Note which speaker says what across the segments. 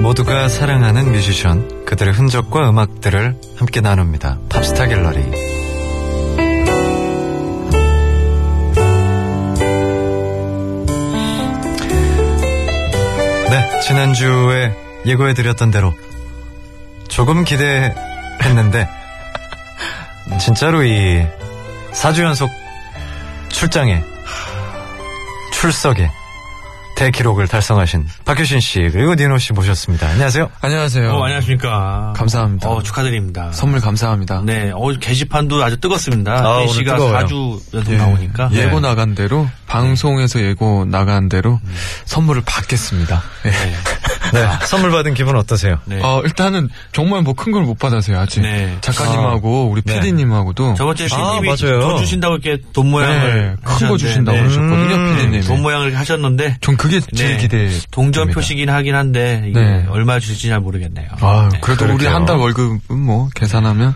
Speaker 1: 모두가 사랑하는 뮤지션, 그들의 흔적과 음악들을 함께 나눕니다. 팝스타 갤러리. 네, 지난주에 예고해드렸던 대로 조금 기대했는데, 진짜로 이 4주 연속 출장에, 출석에, 대기록을 달성하신 박효신 씨 그리고 니노 씨 모셨습니다. 안녕하세요.
Speaker 2: 안녕하세요.
Speaker 3: 어, 안녕하십니까.
Speaker 2: 감사합니다.
Speaker 3: 어, 축하드립니다.
Speaker 2: 선물 감사합니다.
Speaker 3: 네, 어, 게시판도 아주 뜨겁습니다.
Speaker 1: 아,
Speaker 3: 혜
Speaker 1: 오늘
Speaker 3: 씨가
Speaker 1: 뜨거워요.
Speaker 3: 4주 연속 나오니까.
Speaker 2: 예. 고
Speaker 3: 네. 음.
Speaker 2: 나간 대로 방송에서 예고 나간 대로 선물을 받겠습니다. 예.
Speaker 1: 네. 선물 받은 기분 어떠세요?
Speaker 3: 네.
Speaker 2: 어, 일단은 정말 뭐 큰 걸 못 받아서요 아직
Speaker 3: 네.
Speaker 2: 작가님하고 우리
Speaker 1: 네.
Speaker 2: PD님하고도
Speaker 3: 저번 주에
Speaker 1: 아,
Speaker 3: 피디님이
Speaker 1: 맞아요.
Speaker 3: 돈 주신다고 이렇게 돈
Speaker 2: 네,
Speaker 3: 모양을.
Speaker 2: 큰 거
Speaker 3: 하셨는데,
Speaker 2: 주신다고
Speaker 3: 네.
Speaker 2: 그러셨거든요
Speaker 1: 음.
Speaker 2: PD님.
Speaker 3: 돈 모양을 하셨는데.
Speaker 2: 전 그게 제일
Speaker 3: 네.
Speaker 2: 기대.
Speaker 3: 동전
Speaker 2: 됩니다.
Speaker 3: 표시긴 하긴 한데, 이게
Speaker 2: 네.
Speaker 3: 얼마 주실지 잘 모르겠네요.
Speaker 2: 아
Speaker 3: 네.
Speaker 2: 그래도 우리
Speaker 1: 그럴게요.
Speaker 2: 한 달 월급은 뭐 계산하면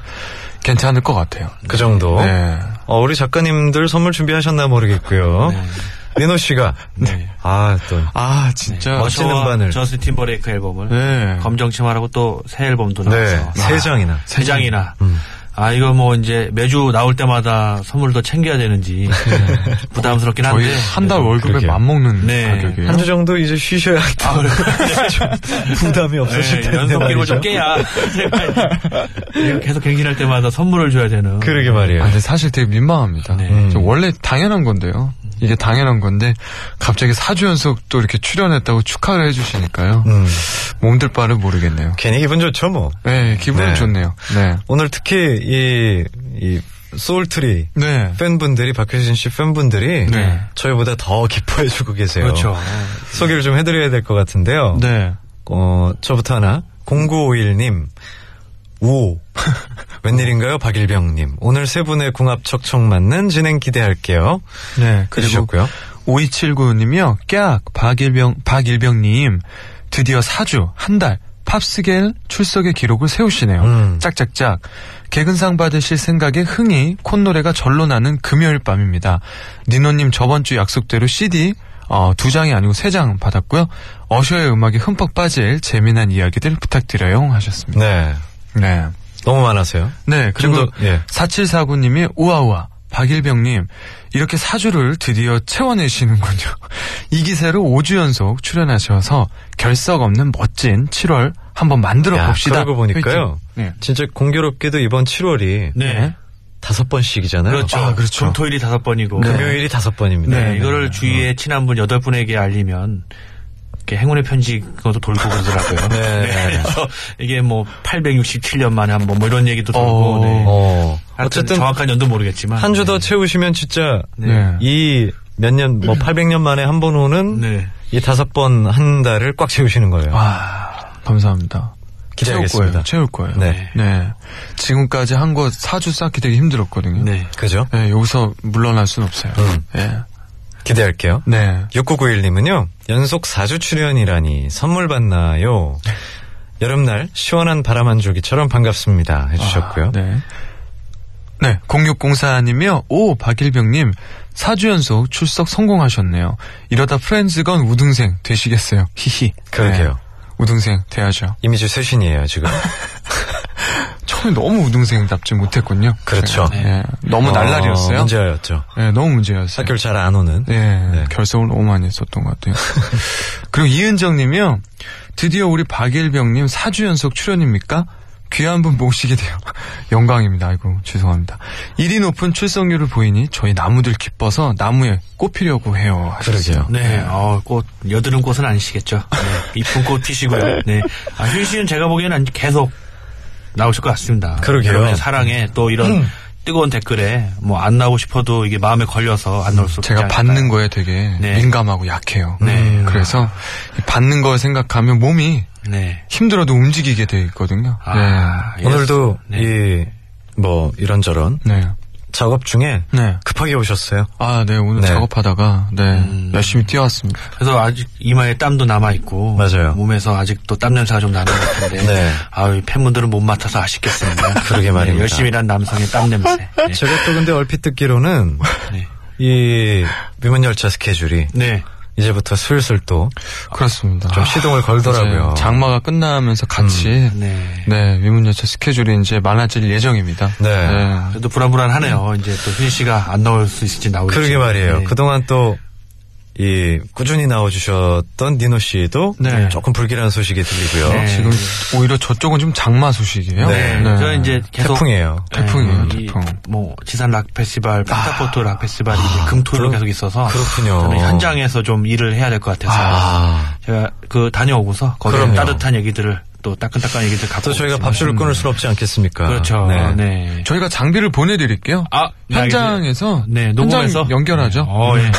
Speaker 2: 괜찮을 것 같아요.
Speaker 1: 그 정도.
Speaker 2: 네.
Speaker 1: 어, 우리 작가님들 선물 준비하셨나 모르겠고요. 니노 씨가
Speaker 3: 네.
Speaker 1: 아 또.
Speaker 2: 아 진짜.
Speaker 1: 멋있- 멋있는
Speaker 3: 저와
Speaker 1: 바늘.
Speaker 3: 저스틴 팀버레이크 앨범을.
Speaker 2: 네.
Speaker 3: 검정치마라고 또 새 앨범도
Speaker 1: 네.
Speaker 3: 나와서.
Speaker 1: 세 장이나.
Speaker 3: 아, 세 장이나.
Speaker 1: 음,
Speaker 3: 아, 이거 뭐 이제 매주 나올 때마다 선물도 챙겨야 되는지
Speaker 1: 네.
Speaker 3: 부담스럽긴 한데.
Speaker 2: 거의 한 달 월급에
Speaker 1: 그러게요.
Speaker 2: 맞먹는
Speaker 3: 네.
Speaker 2: 가격이에요.
Speaker 1: 한 주 정도 이제 쉬셔야
Speaker 3: 아, 그래요?
Speaker 1: 부담이 없으실
Speaker 3: 네,
Speaker 1: 텐데
Speaker 3: 연속 기록을 좀
Speaker 1: 말이죠.
Speaker 3: 깨야 제가 계속 갱신할 때마다 선물을 줘야 되는.
Speaker 1: 그러게 말이에요.
Speaker 2: 아, 근데 사실 되게 민망합니다.
Speaker 3: 네.
Speaker 2: 음. 저 원래 당연한 건데요. 이게 당연한 건데 갑자기 4주 연속 또 이렇게 출연했다고 축하를 해주시니까요.
Speaker 1: 음.
Speaker 2: 몸들 바를 모르겠네요.
Speaker 1: 괜히 기분 좋죠 뭐.
Speaker 2: 네, 기분은
Speaker 1: 네.
Speaker 2: 좋네요. 네.
Speaker 1: 오늘 특히 이이 소울트리
Speaker 2: 네.
Speaker 1: 팬분들이 박효신 씨 팬분들이
Speaker 2: 네.
Speaker 1: 저희보다 더 기뻐해주고 계세요.
Speaker 3: 그렇죠.
Speaker 1: 소개를 좀 해드려야 될 것 같은데요.
Speaker 2: 네.
Speaker 1: 어, 저부터 하나. 0951님. 우. 웬일인가요? 박일병님. 오늘 세 분의 궁합 척척 맞는 진행 기대할게요.
Speaker 2: 네. 그리고
Speaker 1: 그러셨고요.
Speaker 2: 5279님이요. 깨악 박일병 박일병님 드디어 4주 한 달 팝스겔 출석의 기록을 세우시네요.
Speaker 1: 음.
Speaker 2: 짝짝짝 개근상 받으실 생각에 흥이 콧노래가 절로 나는 금요일 밤입니다. 니노님 저번 주 약속대로 CD 어, 두 장이 아니고 세 장 받았고요. 어셔의 음악에 흠뻑 빠질 재미난 이야기들 부탁드려요 하셨습니다.
Speaker 1: 네.
Speaker 2: 네.
Speaker 1: 너무 많아서요.
Speaker 2: 네, 그리고
Speaker 1: 더, 예.
Speaker 2: 4749님이 우아우아 박일병님 이렇게 사주를 드디어 채워내시는군요. 이 기세로 5주 연속 출연하셔서 결석 없는 멋진 7월 한번 만들어
Speaker 1: 야,
Speaker 2: 봅시다.
Speaker 1: 그러고 보니까요.
Speaker 2: 화이팅. 네.
Speaker 1: 진짜 공교롭게도 이번 7월이
Speaker 3: 네.
Speaker 2: 네.
Speaker 1: 다섯 번씩이잖아요. 네.
Speaker 3: 그렇죠.
Speaker 2: 아, 그렇죠.
Speaker 3: 금, 토, 일이 다섯 번이고.
Speaker 1: 금요일이 어. 다섯 번입니다.
Speaker 3: 네, 이거를 주위에 친한 분 여덟 분에게 알리면 이렇게 행운의 편지 그것도 돌고 그러더라고요.
Speaker 1: 네.
Speaker 3: 그래서 이게 뭐 867년 만에 한번 뭐 이런 얘기도 돌고.
Speaker 2: 어.
Speaker 3: 네.
Speaker 1: 어.
Speaker 3: 하여튼
Speaker 1: 어쨌든
Speaker 3: 정확한 네. 연도 모르겠지만
Speaker 1: 한 주 더 채우시면 진짜
Speaker 2: 네.
Speaker 1: 이 몇 년 뭐 800년 만에 한 번 오는
Speaker 3: 네.
Speaker 1: 이 다섯 번 한 달을 꽉 채우시는 거예요.
Speaker 2: 아, 감사합니다.
Speaker 1: 기대하겠습니다.
Speaker 2: 채울 거예요. 채울 거예요.
Speaker 1: 네.
Speaker 2: 네. 지금까지 한 거 4주 쌓기 되게 힘들었거든요.
Speaker 3: 네.
Speaker 1: 그죠?
Speaker 2: 네, 여기서 물러날 순 없어요.
Speaker 1: 음.
Speaker 2: 네.
Speaker 1: 기대할게요.
Speaker 2: 네.
Speaker 1: 6991님은요, 연속 4주 출연이라니 선물 받나요? 여름날 시원한 바람 한 줄기처럼 반갑습니다. 해주셨고요.
Speaker 2: 아, 네. 네, 0604님이요. 오, 박일병님. 4주 연속 출석 성공하셨네요. 이러다 프렌즈건 우등생 되시겠어요. 히히.
Speaker 1: 그러게요.
Speaker 2: 네, 우등생 돼야죠.
Speaker 1: 이미지 쇄신이에요, 지금.
Speaker 2: 처음에 너무 우등생답지 못했군요.
Speaker 1: 그렇죠.
Speaker 2: 네, 네. 너무
Speaker 1: 어,
Speaker 2: 날라리였어요.
Speaker 1: 문제였죠. 아,
Speaker 2: 네, 너무 문제였어요.
Speaker 1: 학교를 잘 안 오는.
Speaker 2: 예,
Speaker 1: 네.
Speaker 2: 결석을 너무 많이 했었던 것 같아요. 그리고 이은정 님이요. 드디어 우리 박일병님 4주 연속 출연입니까? 귀한 분 모시게 돼요. 영광입니다. 아이고, 죄송합니다. 일이 높은 출석률을 보이니 저희 나무들 기뻐서 나무에 꼽히려고 해요.
Speaker 1: 그러게요.
Speaker 2: 하셨어요.
Speaker 3: 네, 어, 꽃, 여드름 꽃은 아니시겠죠. 네, 이쁜 꽃 피시고요. 네. 아, 휴 씨는 제가 보기에는 계속 나오실 것 같습니다.
Speaker 1: 그러게요. 음.
Speaker 3: 여러분의 사랑에 또 이런 뜨거운 댓글에 뭐 안 나오고 싶어도 이게 마음에 걸려서 안 나올 수 없지
Speaker 2: 제가
Speaker 3: 않을까요?
Speaker 2: 받는 거에 되게
Speaker 3: 네.
Speaker 2: 민감하고 약해요.
Speaker 3: 네.
Speaker 2: 그래서 이 받는 걸 생각하면 몸이
Speaker 3: 네.
Speaker 2: 힘들어도 움직이게 돼 있거든요.
Speaker 3: 아, 예.
Speaker 1: 오늘도
Speaker 3: 네.
Speaker 1: 이 뭐 이런저런
Speaker 2: 네. 네.
Speaker 1: 작업 중에
Speaker 2: 네.
Speaker 1: 급하게 오셨어요.
Speaker 2: 아, 네. 오늘
Speaker 1: 네.
Speaker 2: 작업하다가 네. 열심히 뛰어왔습니다.
Speaker 3: 그래서 아직 이마에 땀도 남아 있고
Speaker 1: 맞아요.
Speaker 3: 몸에서 아직도 땀 냄새가 좀 나는 것 같은데
Speaker 1: 네.
Speaker 3: 아유 팬분들은 못 맡아서 아쉽겠습니다.
Speaker 1: 그러게 말입니다.
Speaker 3: 네, 열심히 일한 남성의 땀 냄새. 네.
Speaker 1: 제가 또 근데 얼핏 듣기로는
Speaker 3: 네.
Speaker 1: 이 미문 열차 스케줄이
Speaker 3: 네.
Speaker 1: 이제부터 슬슬 또 아, 좀
Speaker 2: 그렇습니다.
Speaker 1: 시동을 걸더라고요. 음.
Speaker 2: 맞아요. 장마가 끝나면서 같이
Speaker 3: 네.
Speaker 2: 네 위문열차 스케줄이 이제 많아질 예정입니다.
Speaker 1: 네.
Speaker 3: 그래도 불안불안하네요. 이제 또 휴진 씨가 안 나올 수 있을지 나올지.
Speaker 1: 그러게 말이에요.
Speaker 3: 네.
Speaker 1: 그동안 또, 이, 꾸준히 나와주셨던 니노 씨도
Speaker 3: 네.
Speaker 1: 조금 불길한 소식이 들리고요.
Speaker 3: 네.
Speaker 2: 지금 오히려 저쪽은 좀 장마 소식이에요.
Speaker 1: 네.
Speaker 3: 저 이제 계속 네,
Speaker 1: 태풍이에요. 아,
Speaker 2: 태풍이에요,
Speaker 3: 이
Speaker 2: 태풍.
Speaker 3: 뭐 지산 락 페스티벌, 펜타포트 락 페스티벌이 이제 금토로
Speaker 1: 그럼-
Speaker 3: 계속 있어서
Speaker 1: 그렇군요.
Speaker 3: 아, 저는 현장에서 좀 일을 해야 될 것 같아서
Speaker 1: 아.
Speaker 3: 제가 그 다녀오고서 거기
Speaker 1: 그럼요.
Speaker 3: 따뜻한 얘기들을 또 따끈따끈한 얘기들 갖고
Speaker 1: 또 저희가
Speaker 3: 오겠습니다.
Speaker 1: 밥줄을 끊을 수 없지 않겠습니까?
Speaker 3: 음. 그렇죠.
Speaker 1: 네.
Speaker 3: 네.
Speaker 2: 저희가 장비를 보내드릴게요.
Speaker 3: 아, 네,
Speaker 2: 현장에서
Speaker 3: 네, 녹음해서
Speaker 2: 현장 연결하죠.
Speaker 3: 네. 어, 예.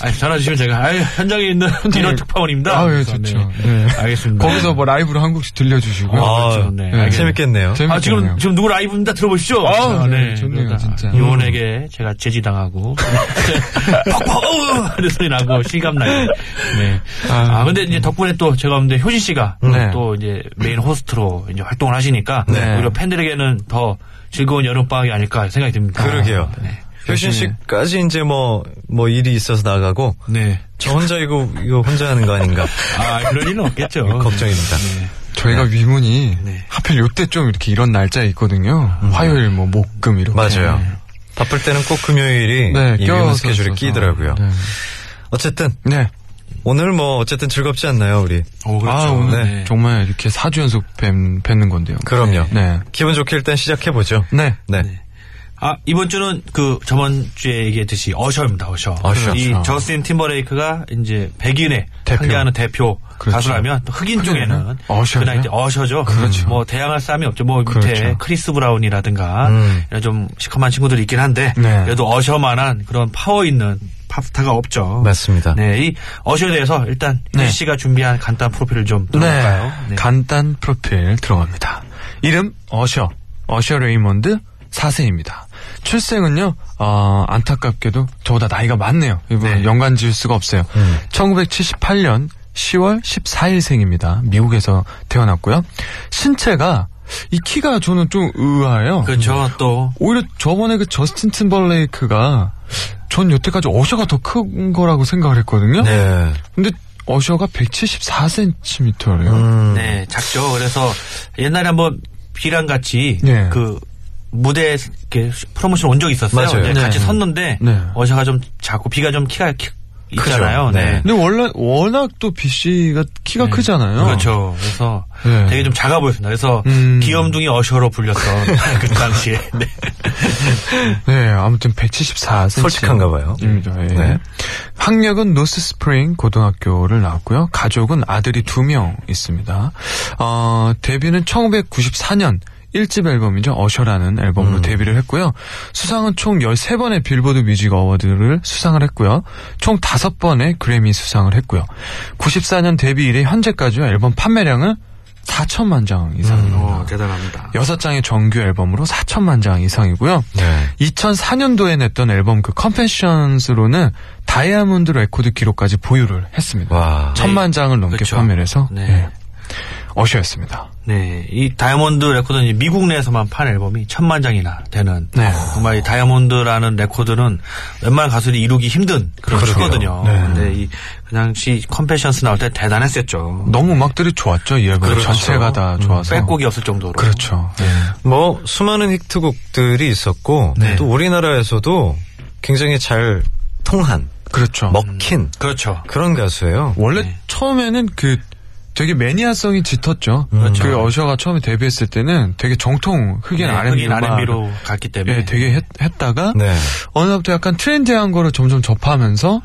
Speaker 3: 아, 전화 주시면 제가 아, 현장에 있는 디너 특파원입니다.
Speaker 2: 아, 예,
Speaker 3: 그래서,
Speaker 2: 좋죠.
Speaker 3: 네.
Speaker 2: 네.
Speaker 3: 알겠습니다.
Speaker 2: 거기서 뭐 라이브로 한 곡씩 들려주시고.
Speaker 1: 아,
Speaker 3: 그렇죠.
Speaker 1: 네.
Speaker 3: 네, 알겠네요.
Speaker 1: 재밌겠네요.
Speaker 2: 재밌겠네요.
Speaker 3: 아, 지금, 지금 누구 라이브입니다. 들어보시죠.
Speaker 2: 음, 아, 네, 좋네요,
Speaker 3: 그러다
Speaker 2: 진짜.
Speaker 3: 요원에게 제가 제지당하고, 퍽퍽, 어우! 하는 소리 나고, 실감나게. 네. 아, 근데 이제 덕분에 또 제가 없는데 효진 씨가
Speaker 2: 네.
Speaker 3: 또 이제 메인 호스트로 이제 활동을 하시니까,
Speaker 2: 네.
Speaker 3: 오히려 팬들에게는 더 즐거운 여름방학이 아닐까 생각이 듭니다. 네.
Speaker 1: 그러게요. 효신 씨까지 이제 뭐, 뭐 일이 있어서 나가고,
Speaker 3: 네.
Speaker 1: 저 혼자 이거, 이거 혼자 하는 거 아닌가.
Speaker 3: 아, 그럴 일은 없겠죠.
Speaker 1: 걱정입니다.
Speaker 3: 네.
Speaker 2: 저희가 위문이
Speaker 3: 네. 음.
Speaker 2: 하필 요때 좀 이렇게 이런 날짜에 있거든요. 화요일, 뭐, 목, 금
Speaker 3: 네.
Speaker 2: 이렇게.
Speaker 1: 맞아요. 바쁠 때는 꼭 금요일이
Speaker 2: 네,
Speaker 1: 이
Speaker 2: 껴서
Speaker 1: 유머 스케줄이
Speaker 2: 있어서.
Speaker 1: 끼더라고요.
Speaker 2: 네.
Speaker 1: 어쨌든
Speaker 2: 네.
Speaker 1: 오늘 뭐 어쨌든 즐겁지 않나요, 우리?
Speaker 3: 오, 그렇죠.
Speaker 2: 아, 오늘
Speaker 3: 네.
Speaker 2: 정말 이렇게 4주 연속 뵌, 뵙는 건데요.
Speaker 1: 그럼요.
Speaker 2: 네.
Speaker 1: 기분 좋게 일단 시작해 보죠.
Speaker 2: 네.
Speaker 1: 네.
Speaker 3: 아, 이번 주는 그 저번 주에 얘기했듯이 어셔입니다, 어셔.
Speaker 1: 어셔.
Speaker 3: 이
Speaker 2: 그렇죠.
Speaker 3: 저스틴 팀버레이크가 이제 백인의
Speaker 2: 대표.
Speaker 3: 함께하는 대표
Speaker 2: 그렇죠.
Speaker 3: 가수라면 또 흑인
Speaker 2: 흑인은
Speaker 3: 쪽에는
Speaker 2: 어셔죠?
Speaker 3: 그날 이제 어셔죠.
Speaker 2: 그렇죠.
Speaker 3: 뭐 대항할 싸움이 없죠. 뭐 밑에
Speaker 2: 그렇죠.
Speaker 3: 크리스 브라운이라든가
Speaker 1: 음.
Speaker 3: 이런 좀 시커먼 친구들이 있긴 한데
Speaker 2: 네.
Speaker 3: 그래도 어셔만한 그런 파워 있는 팝스타가 없죠.
Speaker 1: 맞습니다.
Speaker 3: 네, 이 어셔에 대해서 일단
Speaker 2: 네.
Speaker 3: 네. 씨가 준비한 간단 프로필을 좀 들어볼까요? 네.
Speaker 2: 간단 프로필 들어갑니다. 이름 어셔 어셔 레이먼드 4세입니다. 출생은요 어, 안타깝게도 저보다 나이가 많네요. 이분 은 연관 지을 수가 없어요.
Speaker 3: 음.
Speaker 2: 1978년 10월 14일생입니다. 미국에서 태어났고요. 신체가 이 키가 저는 좀 의아해요.
Speaker 3: 그렇죠. 또
Speaker 2: 오히려 저번에 그 저스틴 팀벌레이크가 전 여태까지 어셔가 더 큰 거라고 생각을 했거든요.
Speaker 1: 네.
Speaker 2: 근데 어셔가 174cm예요.
Speaker 1: 음.
Speaker 3: 네, 작죠. 그래서 옛날에 한번 비랑 같이
Speaker 2: 네.
Speaker 3: 그 무대에 이렇게 프로모션 온 적이 있었어요.
Speaker 1: 맞아요.
Speaker 3: 이제
Speaker 1: 네.
Speaker 3: 같이 섰는데
Speaker 2: 네.
Speaker 3: 어셔가 좀 작고 비가 좀 키가 키- 있잖아요.
Speaker 1: 크죠. 네.
Speaker 2: 근데 원래 워낙 또 BC가 키가 크잖아요.
Speaker 3: 그렇죠. 그래서
Speaker 2: 네.
Speaker 3: 되게 좀 작아 보였습니다. 그래서
Speaker 2: 음.
Speaker 3: 귀염둥이 어셔로 불렸던 그 당시에. 네.
Speaker 2: 네, 아무튼 174cm.
Speaker 1: 솔직한가
Speaker 3: 그렇죠.
Speaker 1: 봐요.
Speaker 2: 입니다. 예.
Speaker 1: 네.
Speaker 2: 학력은 노스 스프링 고등학교를 나왔고요. 가족은 아들이 두 명 있습니다. 어, 데뷔는 1994년 1집 앨범이죠. 어셔라는 앨범으로 데뷔를 했고요. 수상은 총 13번의 빌보드 뮤직 어워드를 수상을 했고요. 총 5번의 그래미 수상을 했고요. 94년 데뷔 이래 현재까지 앨범 판매량은 4천만 장
Speaker 3: 음.
Speaker 2: 이상입니다.
Speaker 3: 대단합니다.
Speaker 2: 여섯 장의 정규 앨범으로 4천만 장 이상이고요.
Speaker 1: 네.
Speaker 2: 2004년도에 냈던 앨범 그 컨페션스로는 다이아몬드 레코드 기록까지 보유를 했습니다.
Speaker 1: 와.
Speaker 2: 천만 장을 넘게
Speaker 3: 네. 그쵸.
Speaker 2: 판매를 해서
Speaker 3: 네.
Speaker 2: 예. 어셔였습니다.
Speaker 3: 네, 이 다이아몬드 레코드는 이제 미국 내에서만 판 앨범이 천만 장이나 되는 어,
Speaker 2: 네.
Speaker 3: 정말 이 다이아몬드라는 레코드는 웬만한 가수들이 이루기 힘든 그런
Speaker 1: 그러게요.
Speaker 3: 추거든요.
Speaker 2: 네.
Speaker 3: 근데 이 그냥 시 컴패션스 나올 때 대단했었죠.
Speaker 2: 너무 음악들이 좋았죠. 이 앨범
Speaker 3: 그렇죠.
Speaker 2: 전체가 다 좋아서.
Speaker 3: 빼곡이 없을 정도로.
Speaker 2: 그렇죠.
Speaker 1: 뭐 수많은 히트곡들이 있었고
Speaker 3: 네.
Speaker 1: 또 우리나라에서도 굉장히 잘 통한
Speaker 2: 그렇죠.
Speaker 3: 음.
Speaker 1: 먹힌
Speaker 3: 그렇죠.
Speaker 1: 그런 가수예요.
Speaker 2: 원래
Speaker 3: 네.
Speaker 2: 처음에는 그 되게 매니아성이 짙었죠.
Speaker 1: 그렇죠.
Speaker 2: 그 어셔가 처음에 데뷔했을 때는 되게 정통 흑인
Speaker 3: 네,
Speaker 2: R&B
Speaker 3: 흑인
Speaker 2: 음악
Speaker 3: R&B로 갔기 때문에.
Speaker 2: 예, 되게 했, 했다가
Speaker 1: 네.
Speaker 2: 어느 날부터 약간 트렌디한 거를 점점 접하면서